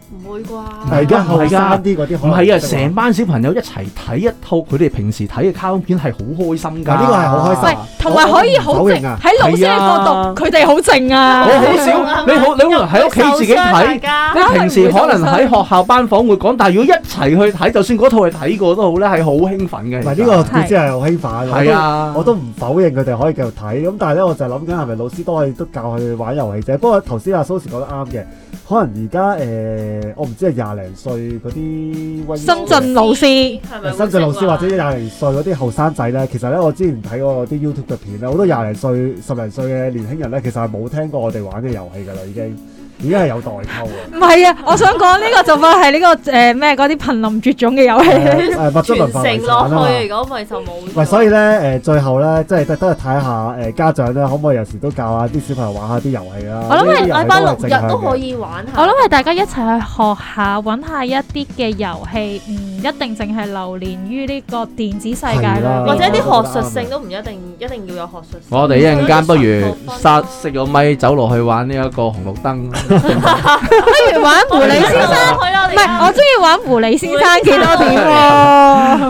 [SPEAKER 4] 唔會
[SPEAKER 1] 但係而
[SPEAKER 4] 啩？
[SPEAKER 1] 家後生啲嗰啲
[SPEAKER 2] 唔
[SPEAKER 1] 可能
[SPEAKER 2] 係啊？
[SPEAKER 1] 識玩
[SPEAKER 2] 成班小朋友一齊睇一套佢哋平時睇嘅卡通片係好開心㗎。
[SPEAKER 1] 嗱呢個係
[SPEAKER 2] 啊
[SPEAKER 1] 好開心
[SPEAKER 3] 喂，同埋可以好
[SPEAKER 1] 我我唔否
[SPEAKER 3] 靜
[SPEAKER 1] 認啊
[SPEAKER 3] 喺老師嘅角
[SPEAKER 2] 係啊
[SPEAKER 3] 度，佢哋好靜啊。
[SPEAKER 2] 我好少，你好，你可能喺屋企自己睇。
[SPEAKER 4] 睇，
[SPEAKER 1] 啊
[SPEAKER 2] 你平時啊可能喺學校班房會講，但係如果一齊去睇，就算嗰套係睇過都好咧，係好興奮嘅。
[SPEAKER 1] 唔係呢個佢真係好興奮，我
[SPEAKER 2] 係
[SPEAKER 1] 都
[SPEAKER 2] 啊，
[SPEAKER 1] 我都唔否認佢哋可以繼續睇，咁但係咧我就諗緊係咪老師都可以都教佢哋玩遊戲啫。不過頭先阿蘇 Sir 講得啱嘅，可能而家誒誒，我唔知係廿零歲嗰啲溫
[SPEAKER 3] 深圳老師
[SPEAKER 4] 係咪會識玩
[SPEAKER 1] 深圳老師或者廿零歲嗰啲後生仔咧，其實咧我之前睇過啲 YouTube 嘅片咧，好多廿零歲、十零歲嘅年輕人咧，其實係冇聽過我哋玩嘅遊戲㗎啦，已經已經係有代溝
[SPEAKER 4] *laughs*
[SPEAKER 1] 嘅。
[SPEAKER 3] 唔係啊，我想講呢個就快係呢個誒咩嗰啲瀕臨絕種嘅遊戲。
[SPEAKER 1] 誒誒物質文化遺
[SPEAKER 4] 傳承
[SPEAKER 1] 產啊嘛
[SPEAKER 4] 落。去，如果唔係就冇咗。
[SPEAKER 1] 喂，所以咧，誒、最後咧，即係都都係睇下誒、呃家長咧，可唔可以有時都教下啲小朋友玩下啲遊戲啦？
[SPEAKER 3] 我諗係
[SPEAKER 1] 呢啲遊戲
[SPEAKER 4] 禮拜六日
[SPEAKER 1] 都
[SPEAKER 4] 都
[SPEAKER 1] 係正向嘅
[SPEAKER 4] 可以玩下。
[SPEAKER 3] 我諗係大家一齊去學下，揾下一啲嘅遊戲，唔一定淨係流連於呢個電子世界裏
[SPEAKER 1] 係啦
[SPEAKER 3] 面
[SPEAKER 4] 或者
[SPEAKER 3] *laughs*
[SPEAKER 4] 啲學術性都唔一定，一定要有學術性。
[SPEAKER 2] 我哋一陣間不如殺熄咗咪，走落去玩呢一個紅綠 *laughs* 燈。
[SPEAKER 3] 不如玩狐狸先生，
[SPEAKER 4] 生，去啊啦，
[SPEAKER 3] 唔係我中意玩狐狸先生幾多點
[SPEAKER 2] 好
[SPEAKER 3] 喎？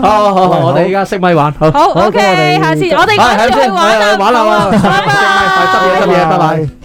[SPEAKER 2] 好好，
[SPEAKER 1] 喂好
[SPEAKER 2] 我哋而家熄咪玩。好，
[SPEAKER 3] *laughs* 好
[SPEAKER 1] 咁我
[SPEAKER 3] ，OK，
[SPEAKER 1] 哋
[SPEAKER 3] 下次
[SPEAKER 1] 就
[SPEAKER 3] 我哋
[SPEAKER 2] 係
[SPEAKER 3] 趕
[SPEAKER 2] 係
[SPEAKER 3] 住去
[SPEAKER 2] 先
[SPEAKER 3] 玩啦，
[SPEAKER 2] 係玩啦
[SPEAKER 3] 好啊
[SPEAKER 2] 玩啦
[SPEAKER 3] 拜拜
[SPEAKER 2] 係執嘢執嘢，拜拜。